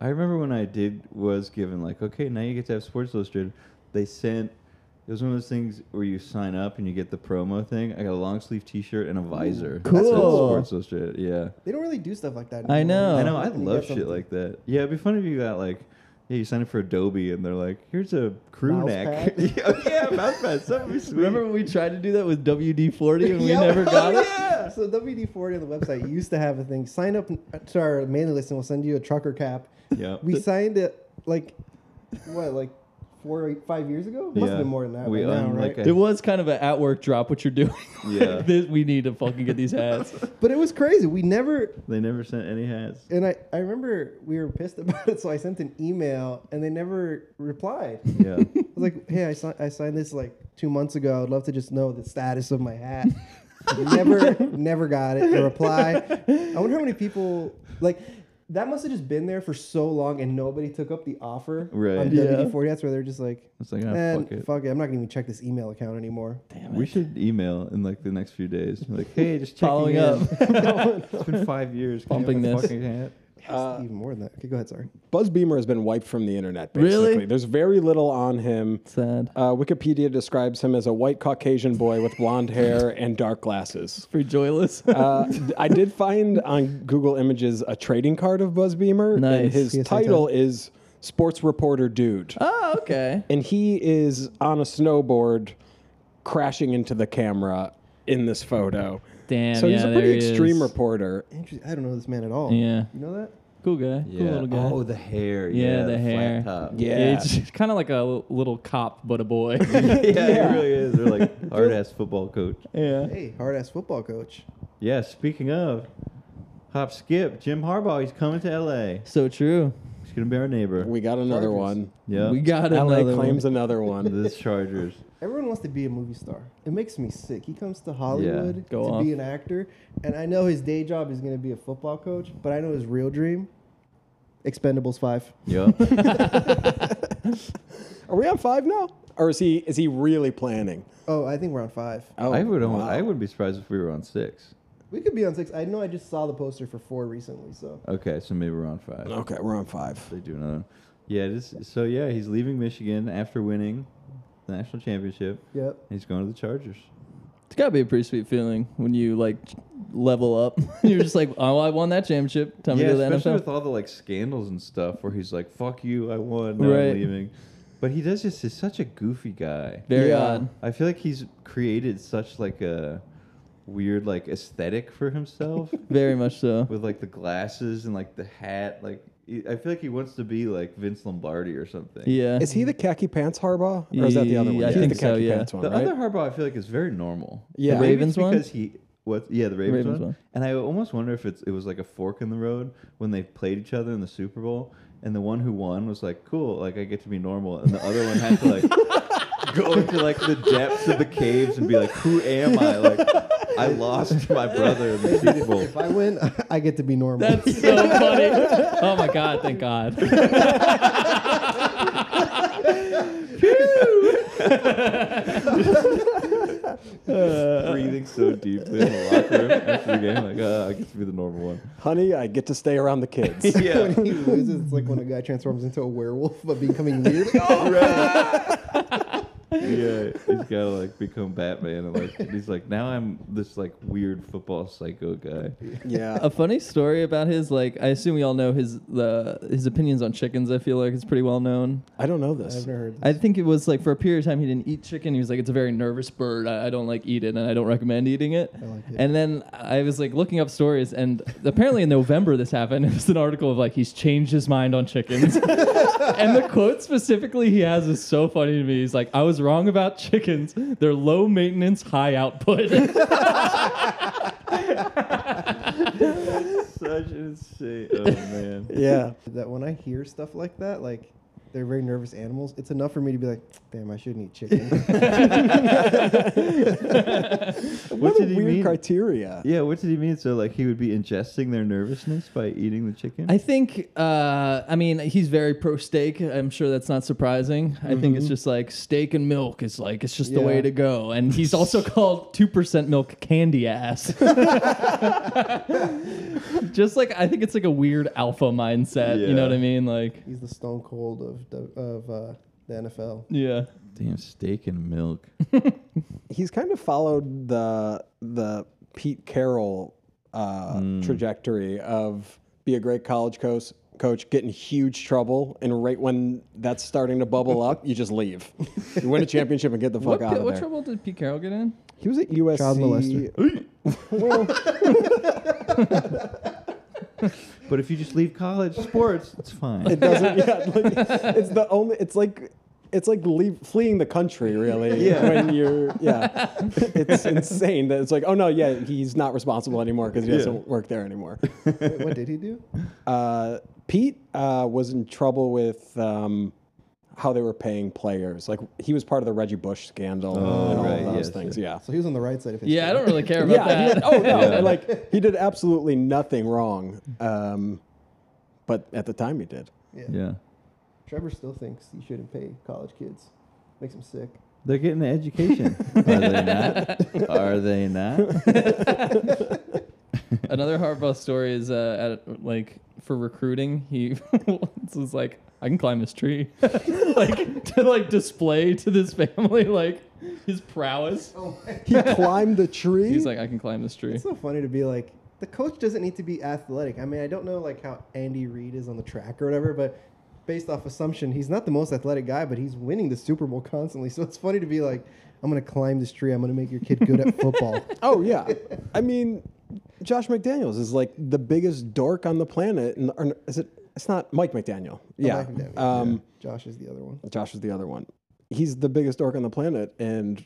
Speaker 2: I remember when I did was given like, okay, now you get to have Sports Illustrated. They sent. It was one of those things where you sign up and you get the promo thing. I got a long sleeve T-shirt and a visor. that said
Speaker 3: cool.
Speaker 2: Sports Illustrated. Yeah.
Speaker 4: They don't really do stuff like that.
Speaker 3: I
Speaker 4: anymore.
Speaker 3: know.
Speaker 2: I know. I
Speaker 4: You get
Speaker 2: love shit
Speaker 4: something.
Speaker 2: like that. Yeah, it'd be fun if you got like, yeah, you sign up for Adobe and they're like, here's a crew
Speaker 4: Mouse
Speaker 2: neck.
Speaker 4: pad.
Speaker 2: yeah, [laughs] yeah, mouse pad. Something
Speaker 4: [laughs]
Speaker 2: sweet.
Speaker 3: Remember when we tried to do that with WD forty and we
Speaker 4: Yeah.
Speaker 3: never got it?
Speaker 4: Yeah. So WD forty on the website used to have a thing. Sign up to our mailing list and we'll send you a trucker cap.
Speaker 2: Yeah.
Speaker 4: We signed it like what, like four or five years ago? Must
Speaker 2: Yeah.
Speaker 4: have been more than that.
Speaker 2: We
Speaker 4: by now,
Speaker 2: own,
Speaker 4: right?
Speaker 2: like, a-
Speaker 3: It was kind of an at work drop what you're doing.
Speaker 2: Yeah.
Speaker 3: [laughs] This- we need to fucking get
Speaker 1: [laughs]
Speaker 3: these hats.
Speaker 4: but it was crazy. We never
Speaker 2: They never sent any hats.
Speaker 4: [laughs] and I, I remember we were pissed [laughs] about it, so I sent an email and they never replied. I
Speaker 2: Yeah.
Speaker 4: was like, hey, I, si- I signed this like two months ago. I would love to just know the status of my hat. never, never got it. A reply. I wonder how many people, like, that must have just been there for so long and nobody took up the offer
Speaker 2: Right.
Speaker 4: on
Speaker 2: Yeah.
Speaker 4: WD-40. That's where they're just like,
Speaker 2: It's like, ah,
Speaker 4: "Man,
Speaker 2: fuck it."
Speaker 4: I'm not going to even check this email account anymore.
Speaker 2: We should email in like the
Speaker 3: [laughs]
Speaker 2: next few days. Like, hey, just checking
Speaker 3: Following
Speaker 2: in.
Speaker 3: up.
Speaker 2: [laughs]
Speaker 3: [laughs]
Speaker 2: it's been five years. Can you
Speaker 3: Bumping
Speaker 2: have a
Speaker 3: this.
Speaker 2: Fucking hat?
Speaker 4: It's even more than that. Okay, go ahead. Sorry.
Speaker 1: Buzz Beamer has been wiped from the internet. Basically.
Speaker 3: Really?
Speaker 1: There's very little on him.
Speaker 3: Sad.
Speaker 1: Uh, Wikipedia describes him as a white Caucasian boy with blonde
Speaker 3: [laughs]
Speaker 1: hair and dark glasses. [laughs]
Speaker 3: Pretty joyless.
Speaker 1: Uh, d- I did find on Google Images a trading card of Buzz Beamer, and
Speaker 3: Nice.
Speaker 1: his
Speaker 4: PSA
Speaker 1: title is Sports Reporter Dude.
Speaker 3: oh, okay.
Speaker 1: and he is on a snowboard crashing into the camera in this photo.
Speaker 3: Damn.
Speaker 1: so he's
Speaker 3: yeah,
Speaker 1: a pretty
Speaker 3: there he
Speaker 1: extreme
Speaker 3: is.
Speaker 1: reporter.
Speaker 4: Interesting. I don't know this man at all.
Speaker 3: Yeah.
Speaker 4: You know that?
Speaker 3: Cool guy. Cool little guy.
Speaker 2: Oh, the hair.
Speaker 3: Yeah,
Speaker 2: Yeah,
Speaker 3: the hair.
Speaker 2: Flat top.
Speaker 1: Yeah.
Speaker 3: [laughs] It's kind of like a little cop, but
Speaker 1: [laughs]
Speaker 3: a boy. [laughs]
Speaker 2: yeah, it really is. They're like hard ass football coach.
Speaker 3: yeah.
Speaker 4: Hey, hard ass football coach.
Speaker 2: Yeah, speaking of, hop skip, Jim Harbaugh, he's coming to LA.
Speaker 3: So true.
Speaker 2: He's gonna be our neighbor.
Speaker 1: We got another
Speaker 4: Chargers.
Speaker 1: one.
Speaker 2: yeah.
Speaker 3: We got
Speaker 1: LA
Speaker 3: another
Speaker 1: claims
Speaker 3: one.
Speaker 1: another
Speaker 3: [laughs]
Speaker 1: one.
Speaker 2: [laughs] this Chargers.
Speaker 4: Everyone wants to be a movie star. It makes me sick. He comes to Hollywood
Speaker 3: go
Speaker 4: to
Speaker 3: off.
Speaker 4: be an actor, and I know his day job is going to be a football coach, but I know his real dream, Expendables Five.
Speaker 2: Yup.
Speaker 1: Are we on five now? Or is he is he really planning?
Speaker 4: Oh, I think we're on five.
Speaker 1: Oh,
Speaker 2: I would almost,
Speaker 1: wow.
Speaker 2: I wouldn't be surprised if we were on six.
Speaker 4: We could be on six. I know I just saw the poster for four recently, so
Speaker 2: Okay, so maybe we're on five.
Speaker 1: Okay, we're on five.
Speaker 2: They do another. one. Yeah, it is, so yeah, he's leaving Michigan after winning the national championship.
Speaker 4: yep.
Speaker 2: He's going to the Chargers.
Speaker 3: It's gotta be a pretty sweet feeling when you like level up. [laughs] You're just like, oh, I won that championship. Time
Speaker 2: yeah,
Speaker 3: to go to the
Speaker 2: especially
Speaker 3: NFL.
Speaker 2: with all the like scandals and stuff, where he's like, "Fuck you, I won, now
Speaker 3: Right.
Speaker 2: I'm leaving." But he does just—he's such a goofy guy.
Speaker 3: Very
Speaker 1: Yeah.
Speaker 3: odd.
Speaker 2: I feel like he's created such like a weird like aesthetic for
Speaker 3: [laughs]
Speaker 2: himself
Speaker 3: Very much so.
Speaker 2: with like the glasses and like the hat. Like he- I feel like he wants to be like Vince Lombardi or something.
Speaker 3: Yeah.
Speaker 1: Is he the khaki pants Harbaugh, or is that the other one?
Speaker 3: Yeah, I
Speaker 1: He's
Speaker 3: think
Speaker 1: the
Speaker 3: so,
Speaker 1: khaki
Speaker 3: yeah.
Speaker 1: pants one,
Speaker 2: The
Speaker 1: right?
Speaker 2: other Harbaugh, I feel like, is very normal.
Speaker 1: Yeah. The
Speaker 2: Maybe it's
Speaker 3: Ravens one?
Speaker 2: because he what? Yeah, the Ravens,
Speaker 3: Ravens
Speaker 2: one.
Speaker 3: one.
Speaker 2: And I almost wonder if it's it was like a fork in the road when they played each other in the Super Bowl, and the one who won was like, "Cool, like I get to be normal," and the other one had to like go into like the depths of the caves and be like, "Who am I?" Like I lost my brother in the Super Bowl.
Speaker 4: If I win, [laughs] I get to be normal. [laughs]
Speaker 3: That's
Speaker 1: [laughs]
Speaker 3: so funny. Oh my god! Thank God.
Speaker 2: Breathing so deeply in the locker room after the game, like, "Ah, I get to be the normal one."
Speaker 1: Honey, I get to stay around the kids.
Speaker 2: [laughs] Yeah.
Speaker 4: when he loses, it's like when a guy transforms into a werewolf but becoming weird.
Speaker 3: [laughs]
Speaker 4: Like, oh,
Speaker 2: yeah, he's gotta like become Batman, and like and he's like now I'm this like weird football psycho guy.
Speaker 1: yeah.
Speaker 3: a funny story about his like I assume we all know his the his opinions on chickens. I feel like it's pretty well known.
Speaker 1: I don't know
Speaker 4: I've
Speaker 1: this.
Speaker 4: never heard.
Speaker 3: I think it was like for a period of time he didn't eat chicken. He was like, it's a very nervous bird. I, I don't like eat it, and I don't recommend eating it.
Speaker 4: I like it.
Speaker 3: And then I was like looking up stories, and apparently in November this happened. [laughs] It was an article of like he's changed his mind on chickens, and the quote specifically he has is so funny to me. He's like, I was wrong about chickens. They're low maintenance, high
Speaker 2: [laughs]
Speaker 3: output. [laughs]
Speaker 2: Such an insane. Oh man. [laughs]
Speaker 1: Yeah.
Speaker 4: that when I hear stuff like that, like they're very nervous animals, it's enough for me to be like, damn, I shouldn't eat chicken.
Speaker 1: What, a
Speaker 2: did he
Speaker 1: weird
Speaker 2: mean?
Speaker 1: criteria.
Speaker 2: Yeah, what did he mean? So like he would be ingesting their nervousness by eating the chicken.
Speaker 3: I think, uh, I mean, he's very pro steak. I'm sure that's not surprising. I think it's just like steak and milk is like, it's just the way
Speaker 4: Yeah.
Speaker 3: to go. And he's also called 2% milk candy ass. [laughs] just like, I think it's like a weird alpha mindset. You know
Speaker 2: Yeah.
Speaker 3: what I mean? Like,
Speaker 4: He's the Stone Cold of the, of uh, the NFL.
Speaker 3: yeah.
Speaker 2: Damn steak and milk.
Speaker 1: He's kind of followed the the Pete Carroll uh,
Speaker 2: Hmm.
Speaker 1: trajectory of be a great college coach, coach, get in huge trouble, and right when that's starting to bubble up, you just
Speaker 2: [laughs]
Speaker 1: leave. You win a championship and get the fuck
Speaker 3: What,
Speaker 1: out of
Speaker 3: what
Speaker 1: there.
Speaker 3: trouble did Pete Carroll get in?
Speaker 1: He was at USC.
Speaker 4: Child molester.
Speaker 2: [laughs]
Speaker 1: [laughs]
Speaker 2: But if you just leave college sports, it's
Speaker 1: It
Speaker 2: fine.
Speaker 1: doesn't. Yeah, like, it's the only. It's like. It's like leave, fleeing the country, really.
Speaker 2: [laughs] Yeah.
Speaker 1: When you're, yeah, [laughs] it's insane that it's like, oh no, yeah, he's not responsible anymore because he
Speaker 2: Yeah.
Speaker 1: doesn't work there anymore.
Speaker 4: Wait, what did he do?
Speaker 1: Uh, Pete uh, was in trouble with um, how they were paying players. Like he was part of the Reggie Bush scandal and all
Speaker 2: Oh, right,
Speaker 1: those
Speaker 2: yes,
Speaker 1: things. Yeah.
Speaker 4: So he was on the right side of history.
Speaker 3: Yeah, I don't really care
Speaker 1: [laughs]
Speaker 3: about
Speaker 1: Yeah. he
Speaker 3: that.
Speaker 1: did- oh no!
Speaker 2: Yeah.
Speaker 1: Like he did absolutely nothing wrong, um, but at the time he did.
Speaker 4: Yeah.
Speaker 2: Yeah.
Speaker 4: Trevor still thinks you shouldn't pay college kids. Makes him sick.
Speaker 2: They're getting an education. [laughs] Are they not? Are they [laughs] not?
Speaker 3: Another Harbaugh story is uh, at like for recruiting, he [laughs] once was like, "I can climb this tree," [laughs] like to like display to this family like his prowess.
Speaker 1: He climbed the tree.
Speaker 3: He's like, "I can climb this tree."
Speaker 4: It's so funny to be like the coach doesn't need to be athletic. I mean, I don't know like how Andy Reid is on the track or whatever, but based off assumption, he's not the most athletic guy, but he's winning the Super Bowl constantly. So it's funny to be like, I'm gonna climb this tree. I'm gonna make your kid good at [laughs] football.
Speaker 1: Oh yeah, I mean, Josh McDaniels is like the biggest dork on the planet, and or, is it? It's not Mike McDaniel. Yeah,
Speaker 4: Back down.
Speaker 1: um,
Speaker 4: Josh is the other one.
Speaker 1: Josh is the other one. He's the biggest dork on the planet and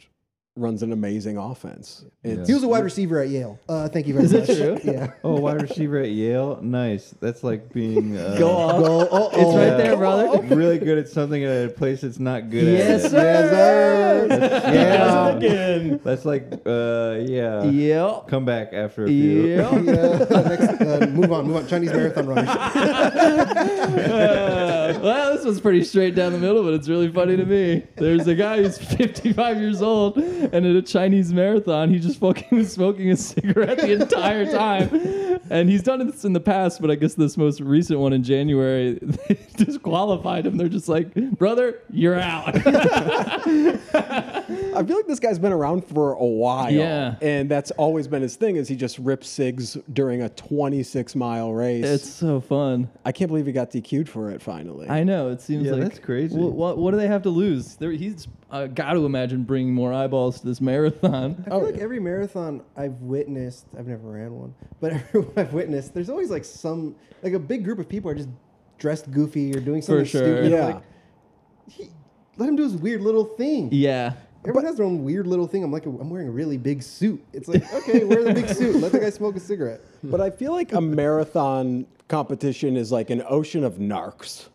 Speaker 1: runs an amazing offense. It's
Speaker 4: He was a wide receiver at Yale. Uh, thank you very
Speaker 3: Is
Speaker 4: much.
Speaker 3: that true?
Speaker 4: Yeah.
Speaker 2: Oh, wide receiver at Yale. Nice. That's like being uh,
Speaker 3: Go off.
Speaker 4: Go, oh,
Speaker 3: It's
Speaker 4: oh.
Speaker 3: right there, brother.
Speaker 2: really good at something at a place that's not good
Speaker 3: Yes,
Speaker 2: at. it.
Speaker 3: sir.
Speaker 2: Yeah.
Speaker 3: Again.
Speaker 2: That's like, uh, yeah.
Speaker 3: Yep.
Speaker 2: Come back after a few.
Speaker 3: Yep.
Speaker 4: Yeah. [laughs] Next, uh, move on. Move on. Chinese marathon runners.
Speaker 3: Uh, [laughs] well, this one's pretty straight down the middle, but it's really funny to me. There's a guy who's [laughs] 55 years old, and at a Chinese marathon, he just fucking was smoking a cigarette the entire time. And he's done this in the past, but I guess this most recent one in January, [laughs] they disqualified him. They're just like, brother, you're
Speaker 2: [laughs]
Speaker 3: out.
Speaker 1: I feel like this guy's been around for a while.
Speaker 3: Yeah.
Speaker 1: and that's always been his thing. Is he just rips cigs during a 26 mile race?
Speaker 3: it's so fun.
Speaker 1: I can't believe he got DQ'd for it finally.
Speaker 3: I know. It seems
Speaker 2: Yeah,
Speaker 3: like
Speaker 2: that's crazy.
Speaker 3: What, what, do they have to lose? There, he's uh, got to imagine bringing more eyeballs to this marathon. [laughs]
Speaker 4: I feel like every marathon I've witnessed, I've never ran one, but [laughs] every one I've witnessed, there's always like some, like a big group of people are just dressed goofy or doing something
Speaker 3: sure.
Speaker 4: stupid. I'm
Speaker 1: Yeah.
Speaker 4: Like, he, let him do his weird little thing.
Speaker 3: Yeah.
Speaker 4: Everyone has their own weird little thing. I'm like, I'm wearing a really big suit. It's like, okay, wear the big suit. Let the guy smoke a cigarette.
Speaker 1: But I feel like a marathon competition is like an ocean of narcs.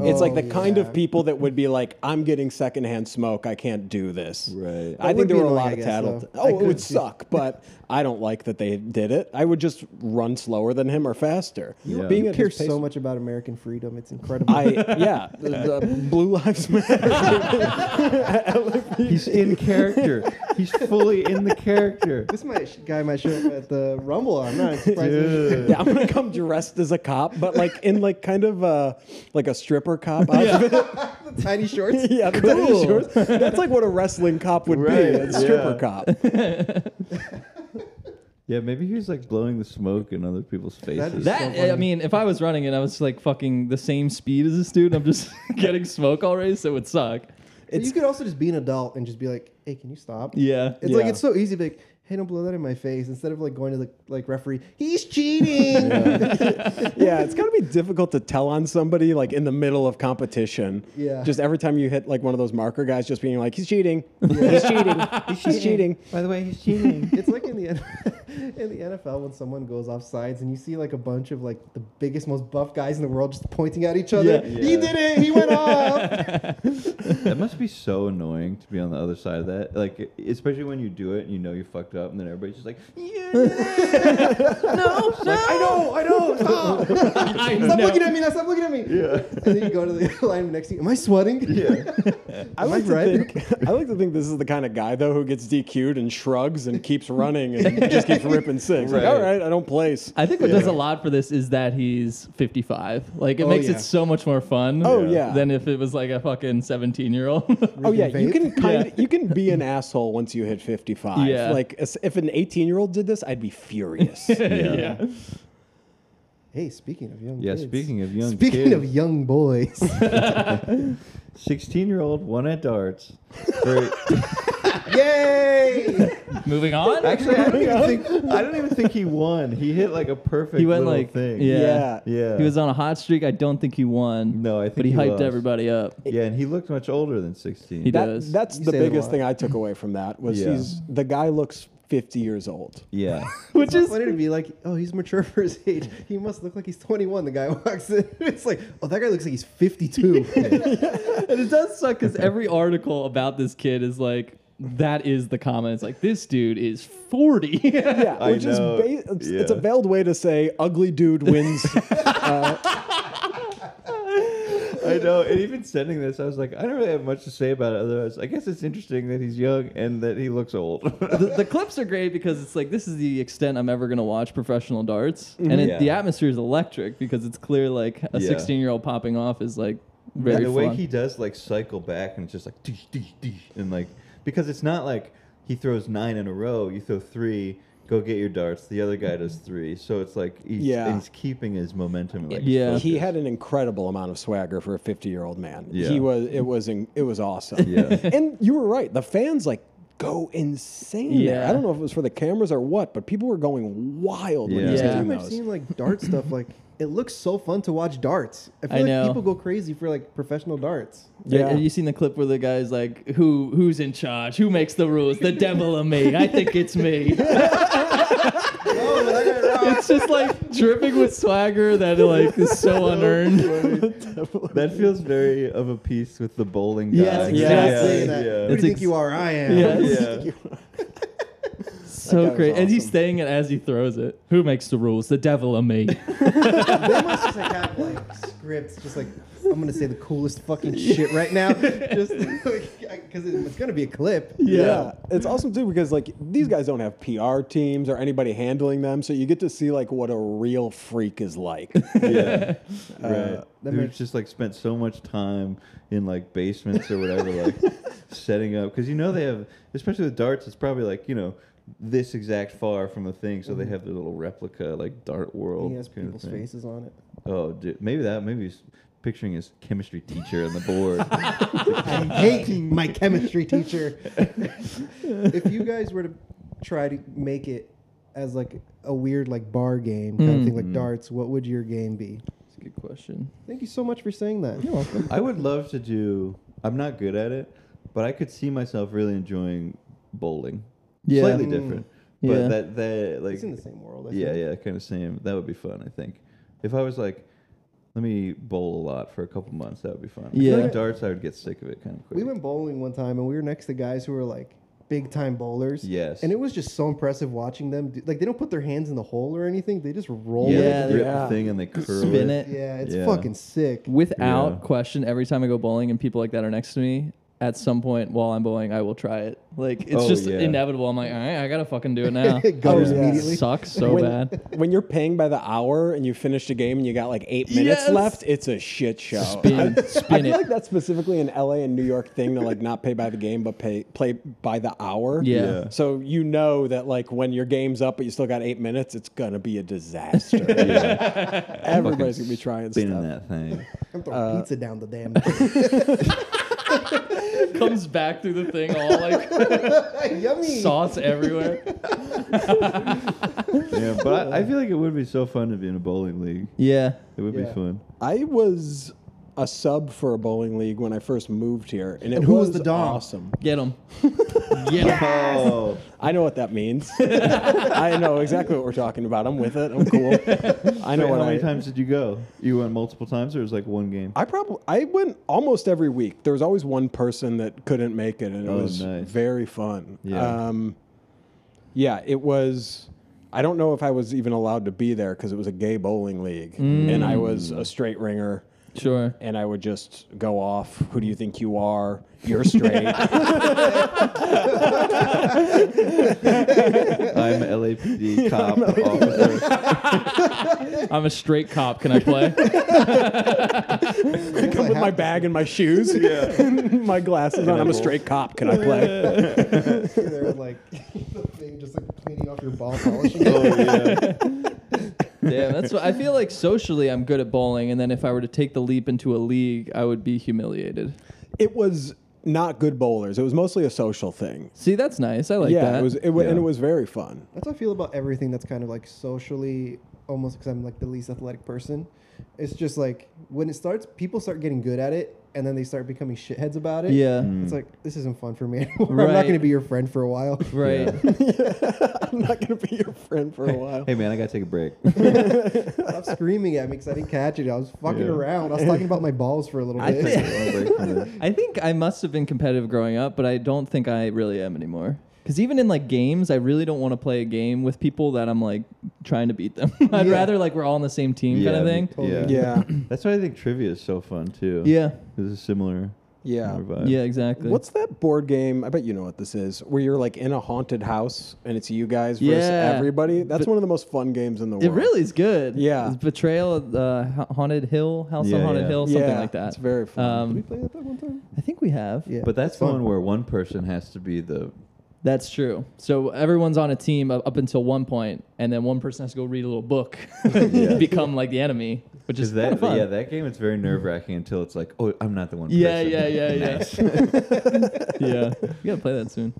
Speaker 1: It's like
Speaker 4: Oh,
Speaker 1: the kind
Speaker 4: yeah.
Speaker 1: of people that would be like, I'm getting secondhand smoke. I can't do this.
Speaker 2: Right.
Speaker 1: I
Speaker 4: That
Speaker 1: think
Speaker 4: would
Speaker 1: there
Speaker 4: be
Speaker 1: were a
Speaker 4: annoying,
Speaker 1: lot
Speaker 4: I
Speaker 1: of
Speaker 4: guess,
Speaker 1: tattle.
Speaker 4: though. I
Speaker 1: oh, it
Speaker 4: could
Speaker 1: would
Speaker 4: see.
Speaker 1: suck, but I don't like that they did it. I would just run slower than him or faster.
Speaker 2: You-
Speaker 1: Being
Speaker 2: you
Speaker 1: at
Speaker 4: I care
Speaker 1: his pace-
Speaker 4: so much about American freedom. It's incredible.
Speaker 1: I
Speaker 4: [laughs]
Speaker 1: yeah, the, the blue lives matter.
Speaker 2: [laughs] He's in character. He's fully in the character.
Speaker 4: this might, guy might show up at the Rumble. I'm not surprised.
Speaker 2: Dude.
Speaker 1: Yeah, I'm gonna come dressed as a cop, but like in like kind of uh like a stripper cop outfit.
Speaker 4: [laughs]
Speaker 1: [laughs]
Speaker 4: Tiny shorts.
Speaker 1: Yeah, the tennis
Speaker 3: Cool.
Speaker 1: shorts. That's like what a wrestling cop would
Speaker 2: Right,
Speaker 1: be, a stripper
Speaker 2: yeah.
Speaker 1: cop.
Speaker 2: Yeah, maybe he's like blowing the smoke in other people's faces.
Speaker 3: That uh,
Speaker 4: So funny.
Speaker 3: I mean, if I was running and I was like fucking the same speed as this dude, I'm just [laughs] getting smoke already, so it would suck.
Speaker 4: But you could also just be an adult and just be like, "Hey, can you stop?"
Speaker 3: Yeah.
Speaker 4: It's like
Speaker 1: Yeah.
Speaker 4: it's so easy. To be like, "Hey, don't blow that in my face!" Instead of like going to the like referee, he's cheating.
Speaker 1: yeah, it's gotta be difficult to tell on somebody like in the middle of competition.
Speaker 4: Yeah.
Speaker 1: Just every time you hit like one of those marker guys, just being like, he's cheating. He's cheating. He's cheating.
Speaker 2: By the way, he's cheating.
Speaker 4: [laughs] It's like in the N- [laughs] in the NFL when someone goes off sides and you see like a bunch of like the biggest, most buff guys in the world just pointing at each other.
Speaker 3: Yeah.
Speaker 4: He
Speaker 2: Yeah.
Speaker 4: did it. He went off.
Speaker 2: [laughs] that must be so annoying to be on the other side of that. Like, especially when you do it and you know you fucked up, and then everybody's just like,
Speaker 4: [laughs]
Speaker 1: Like, I know, I know.
Speaker 4: Stop.
Speaker 3: I
Speaker 4: Stop
Speaker 3: know.
Speaker 4: looking at me now. Stop looking at me. Yeah. And then you go to the [laughs] line next to you. Am I sweating? Yeah.
Speaker 1: I like,
Speaker 4: I
Speaker 1: to
Speaker 4: right?
Speaker 1: think, I like to think this is the kind of guy though who gets DQ'd and shrugs and keeps running and just keeps ripping six. Like,
Speaker 2: Right.
Speaker 1: all right, I don't place.
Speaker 3: I think what does a lot for this is that he's 55. Like it
Speaker 4: Oh,
Speaker 3: makes
Speaker 4: yeah.
Speaker 3: it so much more fun.
Speaker 1: Oh, yeah.
Speaker 3: Than if it was like a fucking 17 year old. [laughs]
Speaker 1: Oh yeah, you
Speaker 4: vape?
Speaker 1: can kind you can be an asshole once you hit fifty five.
Speaker 3: Yeah.
Speaker 1: Like as- if an eighteen year old did this, I'd be furious.
Speaker 3: yeah.
Speaker 4: [laughs] Hey, speaking of young.
Speaker 2: "Yeah."
Speaker 4: kids.
Speaker 2: Speaking of young,
Speaker 4: Speaking of young boys,
Speaker 2: sixteen-year-old one at darts. Very-
Speaker 4: yay!
Speaker 3: Moving on.
Speaker 2: Actually, I don't even
Speaker 3: [laughs]
Speaker 2: think I don't even think he won. He hit like a perfect.
Speaker 3: He went
Speaker 2: little
Speaker 3: like
Speaker 2: thing.
Speaker 3: Yeah.
Speaker 1: Yeah.
Speaker 2: yeah.
Speaker 3: He was on a hot streak. I don't think he won.
Speaker 2: No, I think
Speaker 3: But he,
Speaker 2: he
Speaker 3: hyped
Speaker 2: lost.
Speaker 3: everybody up.
Speaker 2: yeah, and he looked much older than sixteen.
Speaker 3: He
Speaker 1: That-
Speaker 3: does.
Speaker 1: That's
Speaker 4: You
Speaker 1: the
Speaker 4: say that a
Speaker 1: biggest
Speaker 4: lot.
Speaker 1: thing I took away from that was
Speaker 2: Yeah.
Speaker 1: he's the guy looks fifty years old.
Speaker 3: [laughs]
Speaker 2: Yeah,
Speaker 3: [laughs] Which
Speaker 4: It's
Speaker 3: is
Speaker 4: funny to be like, oh, he's mature for his age. He must look like he's 21. The guy walks in. [laughs] It's like, oh, that guy looks like
Speaker 3: [laughs]
Speaker 4: he's 52.
Speaker 3: And it does suck because every article about this kid is like, that is the comment. It's like, this dude is 40. [laughs]
Speaker 1: Yeah,
Speaker 2: I
Speaker 1: which is
Speaker 2: know.
Speaker 1: ba- it's, it's a
Speaker 2: Yeah.
Speaker 1: veiled way to say ugly dude wins.
Speaker 2: I know. And even sending this, I was like, I don't really have much to say about it. Otherwise, I guess it's interesting that he's young and that he looks old. [laughs]
Speaker 3: the, the clips are great because it's like this is the extent I'm ever gonna watch professional darts, and it,
Speaker 2: Mm-hmm. Yeah.
Speaker 3: the atmosphere is electric because it's clear like a
Speaker 2: Yeah.
Speaker 3: 16 year old popping off is like very
Speaker 2: and the way
Speaker 3: fun.
Speaker 2: he does like cycle back and it's just like "Deesh, deesh, deesh," and like because it's not like he throws nine in a row. You throw three, go get your darts. The other guy does three, so it's like he's,
Speaker 1: Yeah.
Speaker 2: he's keeping his momentum. Like,
Speaker 3: Yeah.
Speaker 1: He had an incredible amount of swagger for a 50 year old man.
Speaker 2: Yeah.
Speaker 1: He was it was in, it was awesome.
Speaker 2: Yeah.
Speaker 1: [laughs] and you were right. The fans like go insane there.
Speaker 3: Yeah.
Speaker 1: I don't know if it was for the cameras or what, but people were going wild when he was
Speaker 3: Yeah.
Speaker 1: doing
Speaker 4: time I've
Speaker 1: those.
Speaker 4: seen like dart stuff, like it looks so fun to watch darts. I feel
Speaker 3: I
Speaker 4: like
Speaker 3: know.
Speaker 4: people go crazy for like
Speaker 2: [laughs]
Speaker 4: professional darts.
Speaker 1: Yeah.
Speaker 3: Have you seen the clip where the guy's like, "Who who's in charge? Who makes the rules? The devil or me? I think it's me."
Speaker 2: Oh,
Speaker 3: it's just like dripping with swagger that like is so unearned.
Speaker 2: that feels very of a piece with the bowling. Guy.
Speaker 4: Yes, exactly.
Speaker 2: Yeah, yeah.
Speaker 4: that. Who do you
Speaker 3: It's
Speaker 4: think
Speaker 3: ex-
Speaker 4: you are? I am.
Speaker 3: Yeah.
Speaker 2: [laughs] Yeah.
Speaker 3: [laughs] So
Speaker 4: was
Speaker 3: great, and he's
Speaker 4: awesome.
Speaker 3: saying it as he throws it. Who makes the rules? The devil or me?
Speaker 4: They must
Speaker 3: [laughs]
Speaker 4: just like, have like scripts, just like I'm gonna say the coolest fucking shit
Speaker 3: [laughs]
Speaker 4: right now, just because it, it's gonna be a clip.
Speaker 1: Yeah. It's awesome too because like these guys don't have PR teams or anybody handling them, so you get to see like what a real freak is like.
Speaker 2: yeah. right.
Speaker 4: [laughs] Uh, that
Speaker 2: Who
Speaker 4: makes-
Speaker 2: just like spent so much time in like basements or whatever,
Speaker 4: [laughs]
Speaker 2: like setting up because you know they have, especially with darts, it's probably like you know this exact far from the thing, so they have their little replica like dart world.
Speaker 4: Mm-hmm. He has
Speaker 2: kind of
Speaker 4: people's
Speaker 2: thing.
Speaker 4: faces on it.
Speaker 2: Oh, dude, maybe that. Maybe he's picturing his chemistry teacher on the board.
Speaker 4: [laughs] I hate my chemistry teacher. if you guys were to try to make it as like a weird like bar game kind of thing,
Speaker 2: Mm-hmm.
Speaker 4: like darts, what would your game be?
Speaker 3: That's a good question.
Speaker 4: Thank you so much for saying that.
Speaker 3: You're welcome.
Speaker 2: I would love to do. I'm not good at it, but I could see myself really enjoying bowling.
Speaker 3: Yeah.
Speaker 2: Slightly
Speaker 4: Mm.
Speaker 2: different, but
Speaker 3: Yeah.
Speaker 2: that that like
Speaker 4: It's in the same world. I
Speaker 2: Yeah,
Speaker 4: think.
Speaker 2: yeah, kind of same. That would be fun, I think. If I was like, let me bowl a lot for a couple months, that would be fun. I feel
Speaker 3: Yeah.
Speaker 2: like darts, I would get sick of it kind of quick.
Speaker 4: We went bowling one time and we were next to guys who were like big time bowlers.
Speaker 2: Yes.
Speaker 4: And it was just so impressive watching them. Do, like they don't put their hands in the hole or anything. They just roll
Speaker 2: yeah,
Speaker 3: Yeah,
Speaker 2: they grip
Speaker 1: yeah.
Speaker 2: the thing and they curl
Speaker 3: Spin
Speaker 2: it.
Speaker 3: it.
Speaker 4: it. Yeah, it's
Speaker 2: Yeah.
Speaker 4: fucking sick.
Speaker 3: Without
Speaker 2: Yeah.
Speaker 3: question, every time I go bowling and people like that are next to me, at some point while I'm bowling, I will try it. Like it's
Speaker 2: Oh,
Speaker 3: just
Speaker 2: yeah.
Speaker 3: inevitable. I'm like, all right, I gotta fucking do
Speaker 1: [laughs]
Speaker 3: it now.
Speaker 4: [laughs] It goes
Speaker 1: Oh, Yeah.
Speaker 4: immediately.
Speaker 3: Sucks so
Speaker 1: when,
Speaker 3: bad.
Speaker 1: [laughs] when you're paying by the hour and you finish the game and you got like eight minutes
Speaker 3: Yes.
Speaker 1: left, it's a shit show.
Speaker 3: Spin,
Speaker 1: I
Speaker 3: spin
Speaker 1: feel like
Speaker 3: it.
Speaker 1: that's specifically an LA and New York thing to like not pay by the game but pay play by the hour.
Speaker 3: [laughs] Yeah.
Speaker 2: Yeah.
Speaker 1: So you know that like when your game's up but you still got eight minutes, it's gonna be a disaster. [laughs] Everybody's gonna be trying
Speaker 2: Spinning
Speaker 1: stuff. [laughs]
Speaker 2: that thing.
Speaker 4: I'm throwing
Speaker 1: uh,
Speaker 4: pizza down the damn. thing. [laughs]
Speaker 3: Comes back through the thing,
Speaker 1: [laughs]
Speaker 3: all like
Speaker 4: Yummy.
Speaker 3: sauce everywhere.
Speaker 2: yeah, but I, I feel like it would be so fun to be in a bowling league.
Speaker 3: Yeah.
Speaker 2: It would be
Speaker 4: Yeah.
Speaker 2: fun.
Speaker 1: I was a sub for a bowling league when I first moved here, and it
Speaker 4: And who was
Speaker 1: was
Speaker 4: the dom?
Speaker 1: awesome. [laughs]
Speaker 3: Get him. Get 'em.
Speaker 2: Oh,
Speaker 1: I know what that means. [laughs] I know exactly what we're talking about. I'm with it. I'm
Speaker 2: [laughs]
Speaker 1: cool. I know
Speaker 2: Wait,
Speaker 1: what
Speaker 2: how many
Speaker 1: I, [laughs]
Speaker 2: times did you go? You went multiple times, or it was like one game?
Speaker 1: I probably I went almost every week. There was always one person that couldn't make it, and it
Speaker 2: Oh,
Speaker 1: was
Speaker 2: nice.
Speaker 1: very fun.
Speaker 2: Yeah.
Speaker 1: Um, yeah, it was. I don't know if I was even allowed to be there because it was a gay bowling league, and I was
Speaker 2: Mm.
Speaker 1: a straight ringer.
Speaker 3: Sure.
Speaker 1: And I would just go off. Who do you think you are? You're straight.
Speaker 2: [laughs]
Speaker 1: [laughs] [laughs]
Speaker 2: I'm LAPD cop officer.
Speaker 3: I'm a straight cop. Can I [laughs] play?
Speaker 1: I come with my bag and my
Speaker 2: [laughs]
Speaker 1: shoes, [laughs] my glasses on. I'm a straight cop. Can I
Speaker 2: [laughs]
Speaker 1: play?
Speaker 4: They're like [laughs] the thing just like cleaning off your
Speaker 3: [laughs]
Speaker 4: ball polishing.
Speaker 2: Oh,
Speaker 1: [laughs]
Speaker 2: yeah.
Speaker 3: Damn, that's what I feel like socially I'm good at bowling, and then if I were to take the leap into a league, I would be humiliated.
Speaker 1: It was not good bowlers. It was mostly a social thing.
Speaker 3: See, that's nice. I like
Speaker 1: yeah,
Speaker 3: that.
Speaker 1: it was. It wa- and
Speaker 2: Yeah.
Speaker 1: it was very fun.
Speaker 4: That's how I feel about everything that's kind of like socially, almost because I'm like the least athletic person. It's just like when it starts, people start getting good at it, and then they start becoming shitheads about it.
Speaker 3: Yeah.
Speaker 1: Mm.
Speaker 4: it's like this isn't fun for me [laughs] anymore. I'm
Speaker 3: Right.
Speaker 4: not going to be your friend for a while.
Speaker 3: right.
Speaker 1: [laughs] I'm not gonna be your friend for a while.
Speaker 2: hey man, I gotta take a break.
Speaker 4: Stop screaming at me because I didn't catch it. I was fucking
Speaker 2: Yeah.
Speaker 4: around. I was talking about my balls for a little
Speaker 3: [laughs] I
Speaker 4: bit. [laughs]
Speaker 3: think-
Speaker 2: I break from this.
Speaker 3: I think I must have been competitive growing up, but I don't think I really am anymore. Because even in like games, I really don't want to play a game with people that I'm like trying to beat them. [laughs] I'd
Speaker 4: Yeah.
Speaker 3: rather like we're all on the same team kind of thing.
Speaker 2: Yeah.
Speaker 1: Yeah.
Speaker 2: That's why I think trivia is so fun too.
Speaker 3: Yeah.
Speaker 2: It's a similar,
Speaker 1: Yeah.
Speaker 2: similar vibe.
Speaker 3: Yeah, exactly.
Speaker 1: What's that board game? I bet you know what this is, where you're like in a haunted house and it's you guys versus
Speaker 3: Yeah.
Speaker 1: everybody. That's one of the most fun games in the world.
Speaker 3: it really is good.
Speaker 1: Yeah.
Speaker 3: It's Betrayal at the Ha- Haunted Hill, House
Speaker 2: Yeah,
Speaker 3: on Haunted
Speaker 2: yeah.
Speaker 3: Hill, something
Speaker 1: Yeah,
Speaker 3: like that.
Speaker 1: it's very fun.
Speaker 2: Did we
Speaker 3: Um,
Speaker 2: play that, that one time?
Speaker 3: I think we have.
Speaker 4: Yeah.
Speaker 2: But that's
Speaker 4: it's
Speaker 2: the
Speaker 4: fun.
Speaker 2: one where one person has to be the.
Speaker 3: That's true. So everyone's on a team up up until one point, and then one person has to go read a little book, [laughs]
Speaker 2: Yeah.
Speaker 3: become like the enemy, which is
Speaker 2: Because
Speaker 3: that,
Speaker 2: that,
Speaker 3: fun.
Speaker 2: yeah, that game it's very nerve wracking until it's like, oh, I'm not the one.
Speaker 3: yeah,
Speaker 2: person.
Speaker 3: yeah, yeah, yeah, yeah. You gotta play that soon.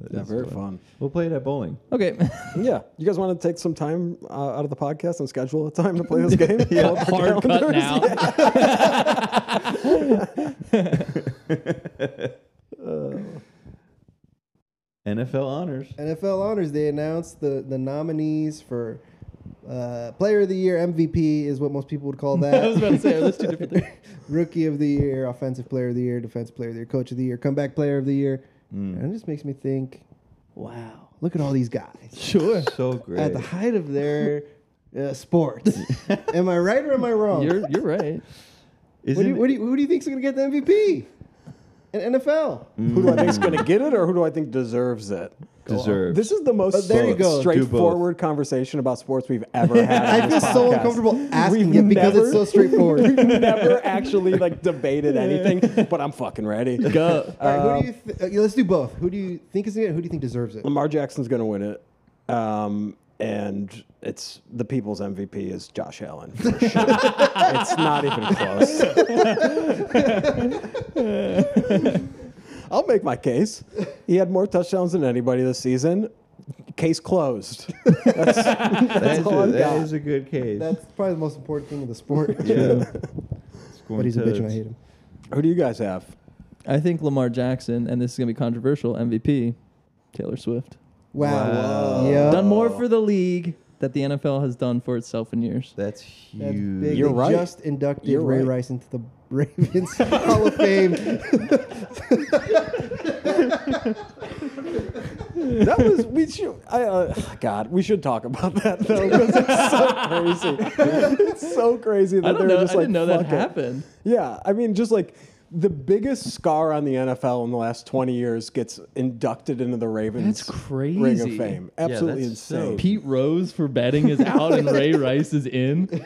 Speaker 2: That
Speaker 1: yeah,
Speaker 2: is
Speaker 1: very fun.
Speaker 2: [laughs] We'll play it at bowling.
Speaker 3: Okay.
Speaker 1: [laughs] Yeah. You guys want to take some time uh, out of the podcast and schedule a time to play this game? Pull up our
Speaker 3: Hard cut
Speaker 1: calendars.
Speaker 3: now. [laughs]
Speaker 2: NFL honors.
Speaker 4: NFL honors. They announced the the nominees for uh, Player of the Year, MVP is what most people would call that.
Speaker 3: I [laughs] was about to say, are those two different things?
Speaker 4: Rookie of the Year, Offensive Player of the Year, Defensive Player of the Year, Coach of the Year, Comeback Player of the Year. And it just makes me think, wow, look at all these guys
Speaker 3: Sure.
Speaker 2: So great.
Speaker 4: at the height of their uh, sports. am I right or am I wrong?
Speaker 3: You're you're right.
Speaker 4: What do, you,
Speaker 2: Isn't-
Speaker 4: what, do you, who do you think's going to get the MVP? An NFL.
Speaker 1: Who do I think's going to get it or who do I think deserves it?
Speaker 2: Deserves.
Speaker 1: This [laughs] is the most
Speaker 4: But there you go.
Speaker 1: straightforward conversation about sports we've ever had. on
Speaker 4: I feel
Speaker 1: this
Speaker 4: so
Speaker 1: podcast.
Speaker 4: uncomfortable asking
Speaker 1: We've
Speaker 4: it because
Speaker 1: never-
Speaker 4: it's so straightforward.
Speaker 1: We've never actually like debated anything, but I'm fucking ready. Um,
Speaker 3: Go.
Speaker 4: All right, who do you th- uh, yeah, let's do both. Who do you think is going to get it? Who do you think deserves it?
Speaker 1: Lamar Jackson's going to win it. Um, and it's the people's MVP is Josh Allen. For sure. it's not even close. I'll make my case. He had more touchdowns than anybody this season. Case closed. [laughs]
Speaker 2: That is
Speaker 1: all
Speaker 2: a,
Speaker 1: I've
Speaker 2: that
Speaker 1: got.
Speaker 2: is a good case.
Speaker 4: That's probably the most important thing in the sport.
Speaker 2: yeah. Scoring
Speaker 4: [laughs] but he's a bitch and I
Speaker 2: touchdowns.
Speaker 4: hate him.
Speaker 1: Who do you guys have?
Speaker 3: I think Lamar Jackson, and this is gonna be controversial, MVP, Taylor Swift.
Speaker 4: Wow.
Speaker 2: Wow.
Speaker 4: Yeah.
Speaker 3: Done more for the league that the NFL has done for itself in years.
Speaker 2: That's
Speaker 4: That's
Speaker 2: huge.
Speaker 4: big.
Speaker 1: You're
Speaker 4: They
Speaker 1: right.
Speaker 4: Just inducted
Speaker 1: You're
Speaker 4: Ray
Speaker 1: right.
Speaker 4: Rice into the Ravens [laughs] Hall of Fame.
Speaker 1: That was we should. I, uh, God, we should talk about that though because it's
Speaker 3: [laughs]
Speaker 1: so crazy. It's so crazy that
Speaker 3: I don't
Speaker 1: they were
Speaker 3: know. I
Speaker 1: just like,
Speaker 3: didn't know that
Speaker 1: "Fuck it."
Speaker 3: happened.
Speaker 1: Yeah, I mean, just like the biggest scar on the NFL in the last 20 years gets inducted into the Ravens
Speaker 3: That's crazy.
Speaker 1: Ring of Fame. Absolutely
Speaker 2: that's so-
Speaker 1: insane.
Speaker 3: Pete Rose for betting is out and Ray Rice is in.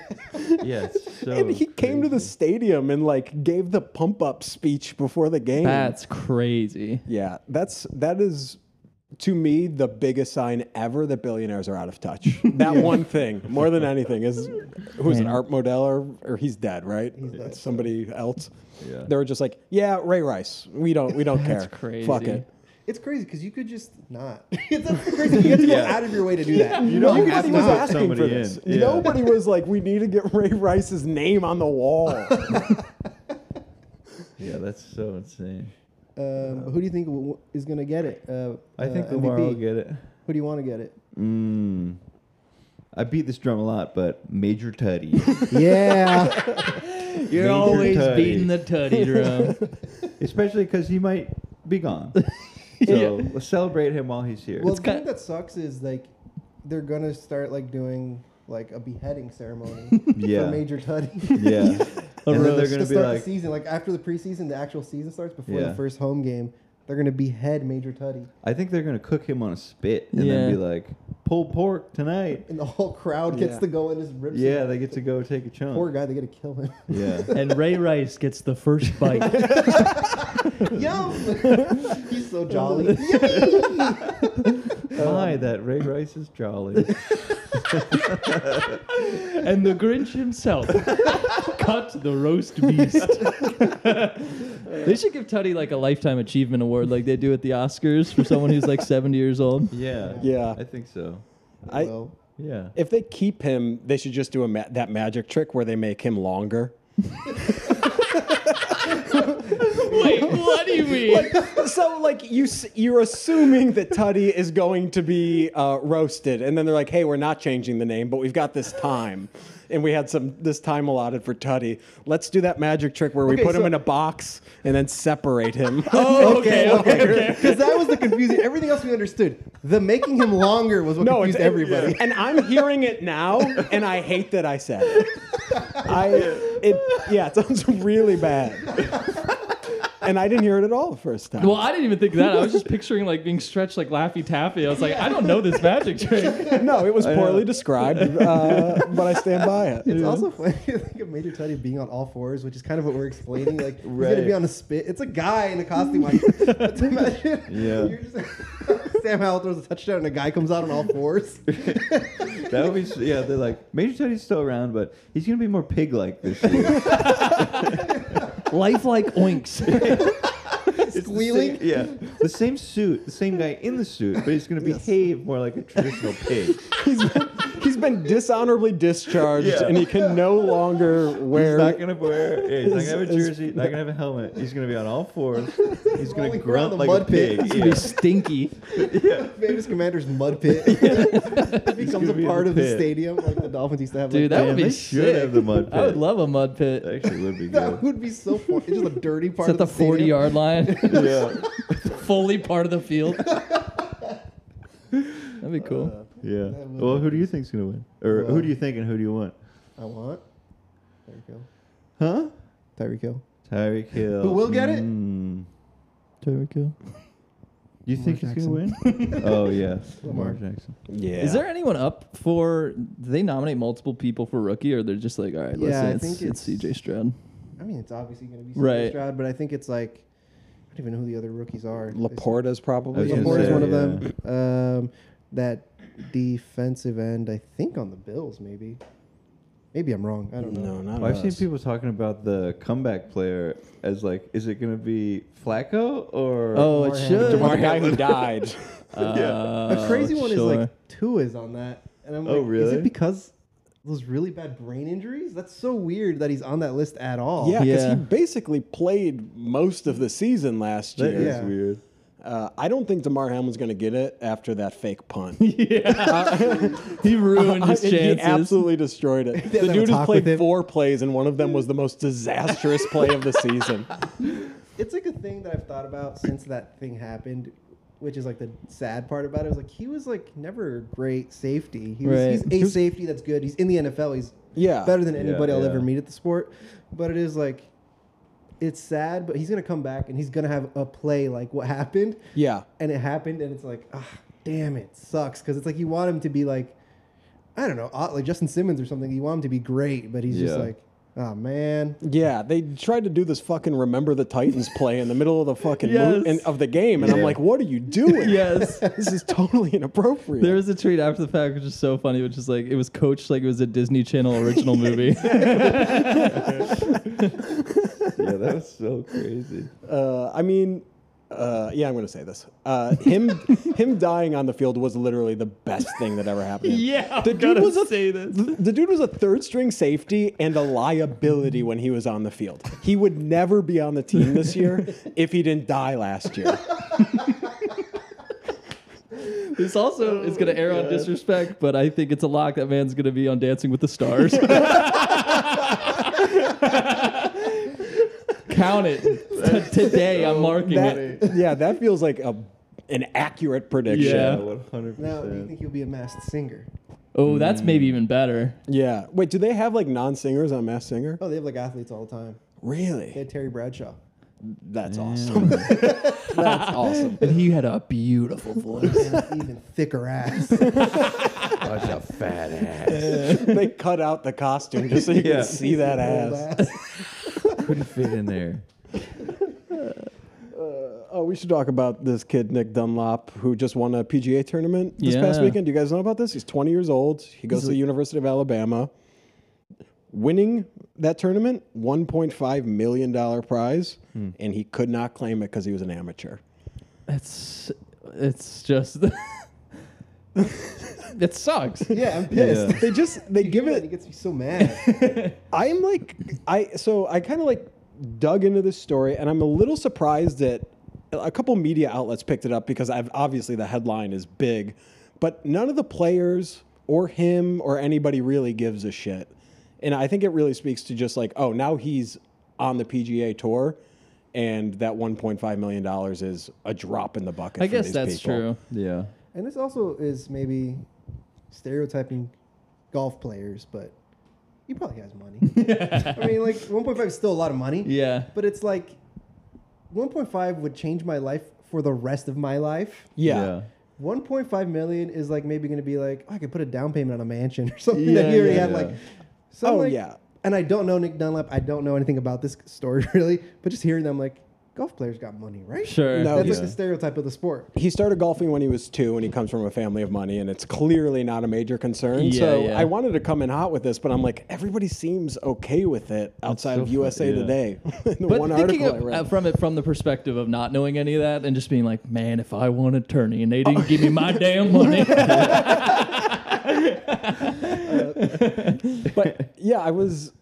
Speaker 2: Yes. So
Speaker 1: and he came to the stadium and like gave the pump up speech before the game.
Speaker 3: That's crazy.
Speaker 1: yeah, that's that is to me the biggest sign ever that billionaires are out of touch. That one thing, more than anything, is who's an Art Modell or, or he's dead, right? Somebody else.
Speaker 2: Yeah.
Speaker 1: They were just like, yeah, Ray Rice. We don't we don't
Speaker 3: That's
Speaker 1: care. Fuck
Speaker 3: crazy.
Speaker 1: it.
Speaker 4: It's crazy because you could just not. [laughs] it's not crazy. You have to go
Speaker 2: Yeah.
Speaker 4: out of your way to do that.
Speaker 2: You don't
Speaker 1: Nobody
Speaker 2: have to
Speaker 1: was
Speaker 2: put
Speaker 1: asking
Speaker 2: somebody
Speaker 1: for this.
Speaker 2: in. Yeah.
Speaker 1: Nobody was like, "We need to get Ray Rice's name on the
Speaker 2: [laughs]
Speaker 1: wall."
Speaker 2: Yeah, that's so insane.
Speaker 4: Um, but who do you think w- is going to get it? Uh,
Speaker 2: I
Speaker 4: uh,
Speaker 2: think Lamar will
Speaker 4: MVP?
Speaker 2: get it.
Speaker 4: Who do you want to get it?
Speaker 2: Mm. I beat this drum a lot, but Major Tutty.
Speaker 4: [laughs] [laughs] Yeah.
Speaker 3: You're
Speaker 2: Major
Speaker 3: always
Speaker 2: tutty.
Speaker 3: beating the tutty drum.
Speaker 2: Especially because he might be gone. So let's celebrate him while he's here.
Speaker 4: well, [laughs]
Speaker 3: It's
Speaker 4: the
Speaker 3: kind-
Speaker 4: thing that sucks is like they're going to start like doing like a beheading ceremony [laughs]
Speaker 2: Yeah.
Speaker 4: for Major Tutty. [laughs]
Speaker 2: yeah. and then they're
Speaker 3: roast.
Speaker 2: going
Speaker 4: to
Speaker 2: to be
Speaker 4: start
Speaker 2: like,
Speaker 4: the season, like after the preseason, the actual season starts before
Speaker 2: Yeah.
Speaker 4: the first home game, they're gonna behead Major Tutty,
Speaker 2: [laughs] I think they're going to cook him on a spit and then
Speaker 3: Yeah.
Speaker 2: be like, pulled pork tonight.
Speaker 4: and the whole crowd gets
Speaker 1: Yeah.
Speaker 4: to go and just rip.
Speaker 2: Yeah,
Speaker 4: some-
Speaker 2: they get to go take a chunk.
Speaker 4: poor guy, they get to kill him.
Speaker 2: Yeah. [laughs]
Speaker 3: and Ray Rice gets the first bite.
Speaker 4: [laughs] Yo, [laughs] he's so jolly. [laughs] Yay!
Speaker 2: My, that Ray Rice is
Speaker 4: [laughs]
Speaker 2: jolly.
Speaker 3: and the Grinch himself [laughs] cut the roast beast. [laughs] they should give Tutty like a lifetime achievement award like they do at the Oscars for someone who's like 70 years old.
Speaker 2: yeah.
Speaker 1: Yeah.
Speaker 2: I think so.
Speaker 1: I,
Speaker 4: Well,
Speaker 2: Yeah.
Speaker 1: if they keep him, they should just do a ma- that magic trick where they make him longer.
Speaker 3: Wait, what? what do you mean?
Speaker 1: so like you s- you're assuming that Tutty is going to be uh, roasted, and then they're like, "Hey, we're not changing the name, but we've got this time, and we had some this time allotted for Tutty. Let's do that magic trick where we
Speaker 4: Okay,
Speaker 1: put him
Speaker 4: so-
Speaker 1: in a box and then separate
Speaker 4: [laughs]
Speaker 1: him." [laughs]
Speaker 3: oh, okay, okay, okay. [laughs]
Speaker 4: Because that was the confusing. Everything else we understood. The making him longer was what confused
Speaker 1: it-
Speaker 4: everybody.
Speaker 1: And I'm hearing it now, and I hate that I said it. I, it, yeah, it sounds really bad. And I didn't hear it at all the first time.
Speaker 3: Well, I didn't even think that. I was just picturing like being stretched like Laffy Taffy. I was like, I don't know this magic trick.
Speaker 1: no, it was
Speaker 2: know.
Speaker 1: poorly
Speaker 2: [laughs]
Speaker 1: described, uh, but I stand by it.
Speaker 4: It's also funny [laughs] to think of Major Tutty being on all fours, which is kind of what we're explaining. Like he's
Speaker 2: Right.
Speaker 4: gonna be on a spit. It's a guy in a costume. [laughs] Like, but imagine
Speaker 2: Yeah.
Speaker 4: [laughs] you're just- [laughs] Sam Howell throws a touchdown and a guy comes out on all [laughs] fours.
Speaker 2: That would be s- yeah. They're like Major Teddy's still around, but he's gonna be more pig-like this year.
Speaker 3: Lifelike [laughs] oinks.
Speaker 4: Squealing?
Speaker 2: yeah, the same suit, the same guy in the suit, but he's gonna behave more like a traditional
Speaker 4: [laughs]
Speaker 2: pig.
Speaker 1: He's been, he's been dishonorably discharged,
Speaker 2: Yeah.
Speaker 1: and he can no longer wear.
Speaker 2: He's not gonna wear. Yeah, he's not gonna have a
Speaker 1: It's-
Speaker 2: jersey. Not gonna have a helmet. He's gonna be on all fours. He's gonna
Speaker 4: Rolling around
Speaker 2: grunt
Speaker 4: the
Speaker 2: like a
Speaker 4: mud pit.
Speaker 2: pig.
Speaker 3: Be
Speaker 2: Yeah.
Speaker 3: stinky.
Speaker 4: Famous Commander's mud pit [laughs] becomes
Speaker 2: gonna
Speaker 4: a
Speaker 2: be in
Speaker 4: part
Speaker 2: the
Speaker 4: of the
Speaker 2: pit.
Speaker 4: stadium, like the Dolphins used to have.
Speaker 3: Dude,
Speaker 4: like,
Speaker 3: that
Speaker 2: Damn,
Speaker 3: would be
Speaker 2: they
Speaker 3: sick.
Speaker 2: should have the mud
Speaker 3: I would
Speaker 2: pit.
Speaker 3: love a mud pit.
Speaker 2: That actually would be
Speaker 4: [laughs] that
Speaker 2: good.
Speaker 4: would be so fun. It's just a dirty part
Speaker 3: It's at
Speaker 4: of the,
Speaker 3: the 40
Speaker 4: stadium.
Speaker 3: yard line,
Speaker 2: yeah,
Speaker 3: [laughs] fully part of the field. [laughs] That'd be cool.
Speaker 2: yeah.
Speaker 4: That would
Speaker 2: Well, who do you think's gonna win, or who
Speaker 4: Well-
Speaker 2: do you think and who do you want?
Speaker 4: I want Tyreek Hill.
Speaker 2: Huh?
Speaker 4: Tyreek Hill.
Speaker 2: Tyreek Hill.
Speaker 4: Who will get it?
Speaker 2: Mm.
Speaker 3: Tyreek Hill.
Speaker 2: You think he's
Speaker 4: Lamar
Speaker 2: gonna
Speaker 4: [laughs]
Speaker 2: win? oh yeah, Lamar
Speaker 4: Lamar.
Speaker 2: Jackson.
Speaker 1: yeah.
Speaker 3: Is there anyone up for? Do they nominate multiple people for rookie, or they're just like, all right,
Speaker 4: Yeah,
Speaker 3: listen,
Speaker 4: I
Speaker 3: it's,
Speaker 4: think
Speaker 3: it's,
Speaker 4: it's-
Speaker 3: CJ
Speaker 4: [laughs]
Speaker 3: Stroud.
Speaker 4: I mean, it's obviously going to be
Speaker 3: Right.
Speaker 4: right. Stroud, but I think it's like I don't even know who the other rookies are.
Speaker 1: Laporta's
Speaker 2: I
Speaker 1: probably.
Speaker 2: was gonna
Speaker 4: Laporte is
Speaker 2: say,
Speaker 4: one of
Speaker 2: yeah.
Speaker 4: them. Um, that defensive end, I think, on the Bills, maybe. Maybe I'm wrong. I don't know.
Speaker 1: No, not
Speaker 2: Well, I've seen
Speaker 1: us.
Speaker 2: people talking about the comeback player as like, is it gonna be Flacco or?
Speaker 3: Oh, it
Speaker 4: Hamlin.
Speaker 3: should.
Speaker 1: Jamar, the guy who
Speaker 2: [laughs]
Speaker 1: died.
Speaker 3: Uh,
Speaker 4: A crazy one is
Speaker 3: sure.
Speaker 4: like two is on that, and I'm
Speaker 2: Oh,
Speaker 4: like, is
Speaker 2: really?
Speaker 4: it because those really bad brain injuries? That's so weird that he's on that list at all.
Speaker 1: Yeah, because
Speaker 3: Yeah.
Speaker 1: he basically played most of the season last
Speaker 2: That
Speaker 1: year.
Speaker 2: is
Speaker 4: Yeah.
Speaker 2: weird.
Speaker 1: Uh, I don't think Damar Hamlin's going to get it after that fake
Speaker 2: [laughs]
Speaker 1: punt.
Speaker 3: he ruined
Speaker 4: [laughs]
Speaker 3: his
Speaker 1: [laughs] he
Speaker 3: chances.
Speaker 1: absolutely destroyed it.
Speaker 4: have
Speaker 1: The
Speaker 4: a
Speaker 1: dude has
Speaker 4: talk with
Speaker 1: played
Speaker 4: him.
Speaker 1: four plays, and one of them was the most disastrous play of the
Speaker 2: [laughs]
Speaker 1: season.
Speaker 4: it's like a thing that I've thought about since that thing happened, which is like the sad part about it. Was like he was like never a great safety. He was,
Speaker 3: Right.
Speaker 4: He's a safety that's good. He's in the NFL. He's
Speaker 1: Yeah.
Speaker 4: better than
Speaker 2: Yeah,
Speaker 4: anybody I'll
Speaker 2: yeah.
Speaker 4: ever meet at the sport. But it is like it's sad. But he's gonna come back and he's gonna have a play like what happened,
Speaker 1: Yeah.
Speaker 4: and it happened, and it's like ah, damn it sucks because it's like you want him to be like I don't know ah, like Justin Simmons or something. You want him to be great, but he's just
Speaker 2: Yeah.
Speaker 4: like oh man.
Speaker 1: Yeah, they tried to do this fucking remember the Titans play in the middle of the fucking
Speaker 3: [laughs] Yes.
Speaker 1: mo- in, of the game, and I'm
Speaker 2: Yeah.
Speaker 1: like, what are you doing?
Speaker 3: [laughs] yes.
Speaker 1: [laughs] This is totally inappropriate.
Speaker 3: There was a tweet after the fact which is so funny, which is like it was coached like it was a Disney Channel
Speaker 4: [laughs]
Speaker 3: original movie. [laughs]
Speaker 2: [laughs] Yeah, that was so crazy.
Speaker 1: uh, I mean, uh, yeah, I'm going to say this. Uh, him [laughs] him dying on the field was literally the best thing that ever happened. to him.
Speaker 3: [laughs] yeah,
Speaker 1: The
Speaker 3: I'm
Speaker 1: dude
Speaker 3: gonna
Speaker 1: was a-
Speaker 3: say this.
Speaker 1: Th- The dude was a third string safety and a liability when he was on the field. He would never be on the team this
Speaker 3: [laughs]
Speaker 1: year if he didn't die last year.
Speaker 3: [laughs] This
Speaker 4: Oh
Speaker 3: also is gonna air on disrespect, but I think it's a lock that man's gonna be on Dancing with the
Speaker 4: [laughs]
Speaker 3: Stars. Count it T- today.
Speaker 4: Oh,
Speaker 3: I'm marking it.
Speaker 1: That, yeah, that feels like a an accurate prediction.
Speaker 3: Yeah.
Speaker 2: Yeah, one hundred
Speaker 4: Now, do you think
Speaker 2: percent.
Speaker 4: he'll be a masked singer?
Speaker 3: Oh, that's maybe even better.
Speaker 1: Yeah. Wait, do they have like non singers on Mass Singer?
Speaker 4: Oh, they have like athletes all the time. They
Speaker 1: Really?
Speaker 4: had Terry [laughs] Bradshaw.
Speaker 1: That's
Speaker 2: [laughs]
Speaker 1: awesome. That's awesome.
Speaker 3: And he had a beautiful
Speaker 1: [laughs]
Speaker 3: voice.
Speaker 4: And an even thicker [laughs] ass.
Speaker 2: Such a fat ass.
Speaker 1: they cut out the costume just so you
Speaker 2: Yeah.
Speaker 1: can see that
Speaker 4: Old
Speaker 1: ass.
Speaker 4: ass.
Speaker 2: Couldn't fit in there.
Speaker 1: Oh, we should talk about this kid Nick Dunlop who just won a PGA tournament this past
Speaker 3: Yeah.
Speaker 1: weekend. Do you guys know about this? He's 20 years old. He goes to the University of Alabama. Winning that tournament, 1.5 million dollar prize,
Speaker 2: Hmm.
Speaker 1: and he could not claim it because he was an amateur.
Speaker 3: It's it's just [laughs]
Speaker 1: [laughs]
Speaker 3: it sucks.
Speaker 4: Yeah, I'm pissed. [laughs]
Speaker 2: Yeah.
Speaker 1: They just they
Speaker 4: You
Speaker 1: give
Speaker 4: [laughs] hear that,
Speaker 1: it
Speaker 4: He gets me so mad.
Speaker 1: I'm like I so I kind of like dug into this story, and I'm a little surprised that a couple media outlets picked it up because I've, obviously the headline is big, but none of the players or him or anybody really gives a shit. And I think it really speaks to just like, oh, now he's on the PGA tour, and that 1.5 million dollars is a drop in the bucket.
Speaker 3: I
Speaker 1: for
Speaker 3: guess
Speaker 1: these
Speaker 3: that's
Speaker 1: people.
Speaker 3: true.
Speaker 2: Yeah.
Speaker 4: And this also is maybe stereotyping golf players, but he probably has [laughs] money. I mean, like 1.5 is still a lot of money.
Speaker 3: Yeah.
Speaker 4: But it's like 1.5 would change my life for the rest of my life.
Speaker 1: yeah.
Speaker 4: 1.5 million is like maybe going to be like, oh, I could put a down payment on a mansion or [laughs] something
Speaker 2: Yeah,
Speaker 4: that he already
Speaker 2: yeah,
Speaker 4: had.
Speaker 2: yeah.
Speaker 4: Like, so I'm
Speaker 1: Oh,
Speaker 4: like-
Speaker 1: yeah.
Speaker 4: And I don't know Nick Dunlap. I don't know anything about this story [laughs] really, but just hearing them like, golf players got money, right?
Speaker 3: Sure.
Speaker 1: No,
Speaker 4: That's
Speaker 1: he's-
Speaker 4: like the stereotype of the sport.
Speaker 1: he started golfing when he was two and he comes from a family of money and it's clearly not a major concern
Speaker 3: Yeah,
Speaker 1: so
Speaker 3: yeah.
Speaker 1: i wanted to come in hot with this but i'm like everybody seems okay with it outside
Speaker 2: so
Speaker 1: of
Speaker 2: fu-
Speaker 1: usa
Speaker 2: yeah.
Speaker 1: today [laughs] the
Speaker 3: But
Speaker 1: one
Speaker 3: thinking
Speaker 1: article i
Speaker 3: of-
Speaker 1: read
Speaker 3: uh, from it from the perspective of not knowing any of that and just being like, man, if I won an attorney and they didn't give me
Speaker 1: [laughs]
Speaker 3: my damn money,
Speaker 1: [laughs] but yeah, I was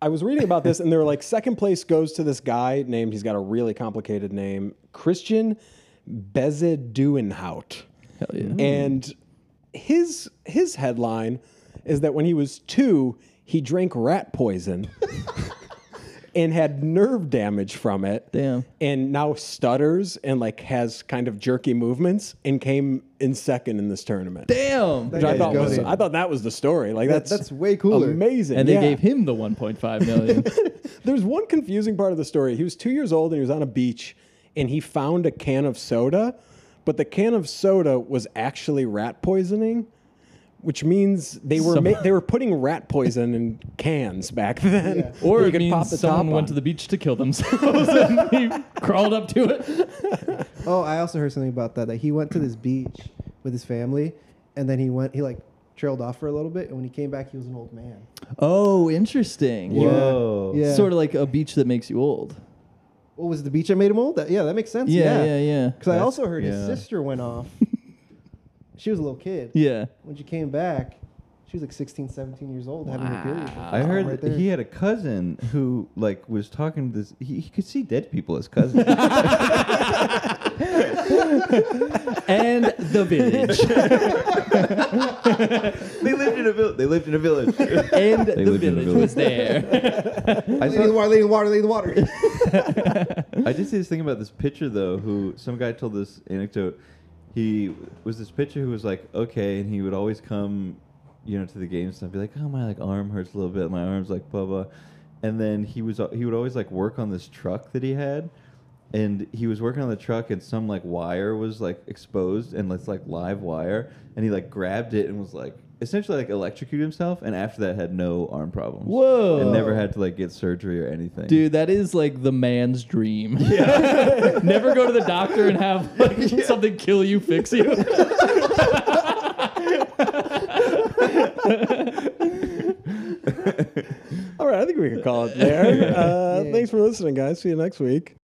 Speaker 1: I was reading about this, and they were like, second place goes to this guy named he's got a really complicated name, Christian Bezeduinhout. Hell yeah! And his his headline is that when he was two, he drank rat [laughs] poison. And had nerve damage from it.
Speaker 3: Damn.
Speaker 1: And now stutters and like has kind of jerky movements and came in second in this tournament.
Speaker 3: damn.
Speaker 1: Which I
Speaker 4: Yeah,
Speaker 1: thought,
Speaker 4: go
Speaker 1: was,
Speaker 4: ahead.
Speaker 1: I thought that was the story. Like
Speaker 4: That-
Speaker 1: that's
Speaker 4: that's way cooler.
Speaker 1: amazing.
Speaker 3: And they
Speaker 1: yeah.
Speaker 3: gave him the
Speaker 1: [laughs]
Speaker 3: 1.5 million.
Speaker 1: There's one confusing part of the story. He was two years old and he was on a beach, and he found a can of soda, but the can of soda was actually rat poisoning, which means they were
Speaker 3: Some-
Speaker 1: ma- they were putting rat poison in cans back then. [laughs]
Speaker 4: Yeah.
Speaker 3: or
Speaker 1: You
Speaker 3: it
Speaker 1: could
Speaker 3: means
Speaker 1: pop the top
Speaker 3: someone
Speaker 1: on.
Speaker 3: went to the beach to kill themselves [laughs] and he crawled up to it.
Speaker 4: Oh, I also heard something about that. That he went to this beach with his family, and then he went. He like trailed off for a little bit, and when he came back, he was an old man.
Speaker 3: Oh, interesting.
Speaker 2: Yeah. Whoa.
Speaker 4: Yeah.
Speaker 3: Sort of like a beach that makes you old.
Speaker 4: What was it, the beach that made him old? That, yeah, that makes sense.
Speaker 3: Yeah, yeah, yeah.
Speaker 4: Because I also heard his
Speaker 2: yeah.
Speaker 4: sister
Speaker 3: [laughs]
Speaker 4: went off. she was a little kid.
Speaker 3: Yeah.
Speaker 4: When she came back, she was like 16, 17 years old, having her period.
Speaker 2: I heard
Speaker 4: right
Speaker 2: that
Speaker 4: there.
Speaker 2: he had a cousin who like was talking to this. He, he could see dead people as cousins. [laughs]
Speaker 3: And the village.
Speaker 2: they lived in a village. They lived in a village. [laughs]
Speaker 3: and the
Speaker 2: lived in a
Speaker 3: village
Speaker 2: village.
Speaker 3: was there.
Speaker 2: I,
Speaker 4: Lady in the
Speaker 2: saw,
Speaker 4: water, lady in the water, lady in the water.
Speaker 2: [laughs] I did see this thing about this pitcher though. Who some guy told this anecdote. He was this pitcher who was like okay, and he would always come, you know, to the games and be like, oh my like arm hurts a little bit. My arm's like blah blah. And then he was he would always like work on this truck that he had. and he was working on the truck and some like wire was like exposed and it's like live wire and he like grabbed it and was like essentially like electrocuted himself and after that had no arm problems
Speaker 3: Whoa.
Speaker 2: and never had to like get surgery or anything [laughs]
Speaker 3: Dude, that is like the man's dream. [laughs] Never go to the doctor and have like, something kill you, fix you. [laughs]
Speaker 1: All right, I think we can call it there. Uh,
Speaker 4: Yay. [laughs]
Speaker 1: Uh, Thanks for listening, guys. See you next week.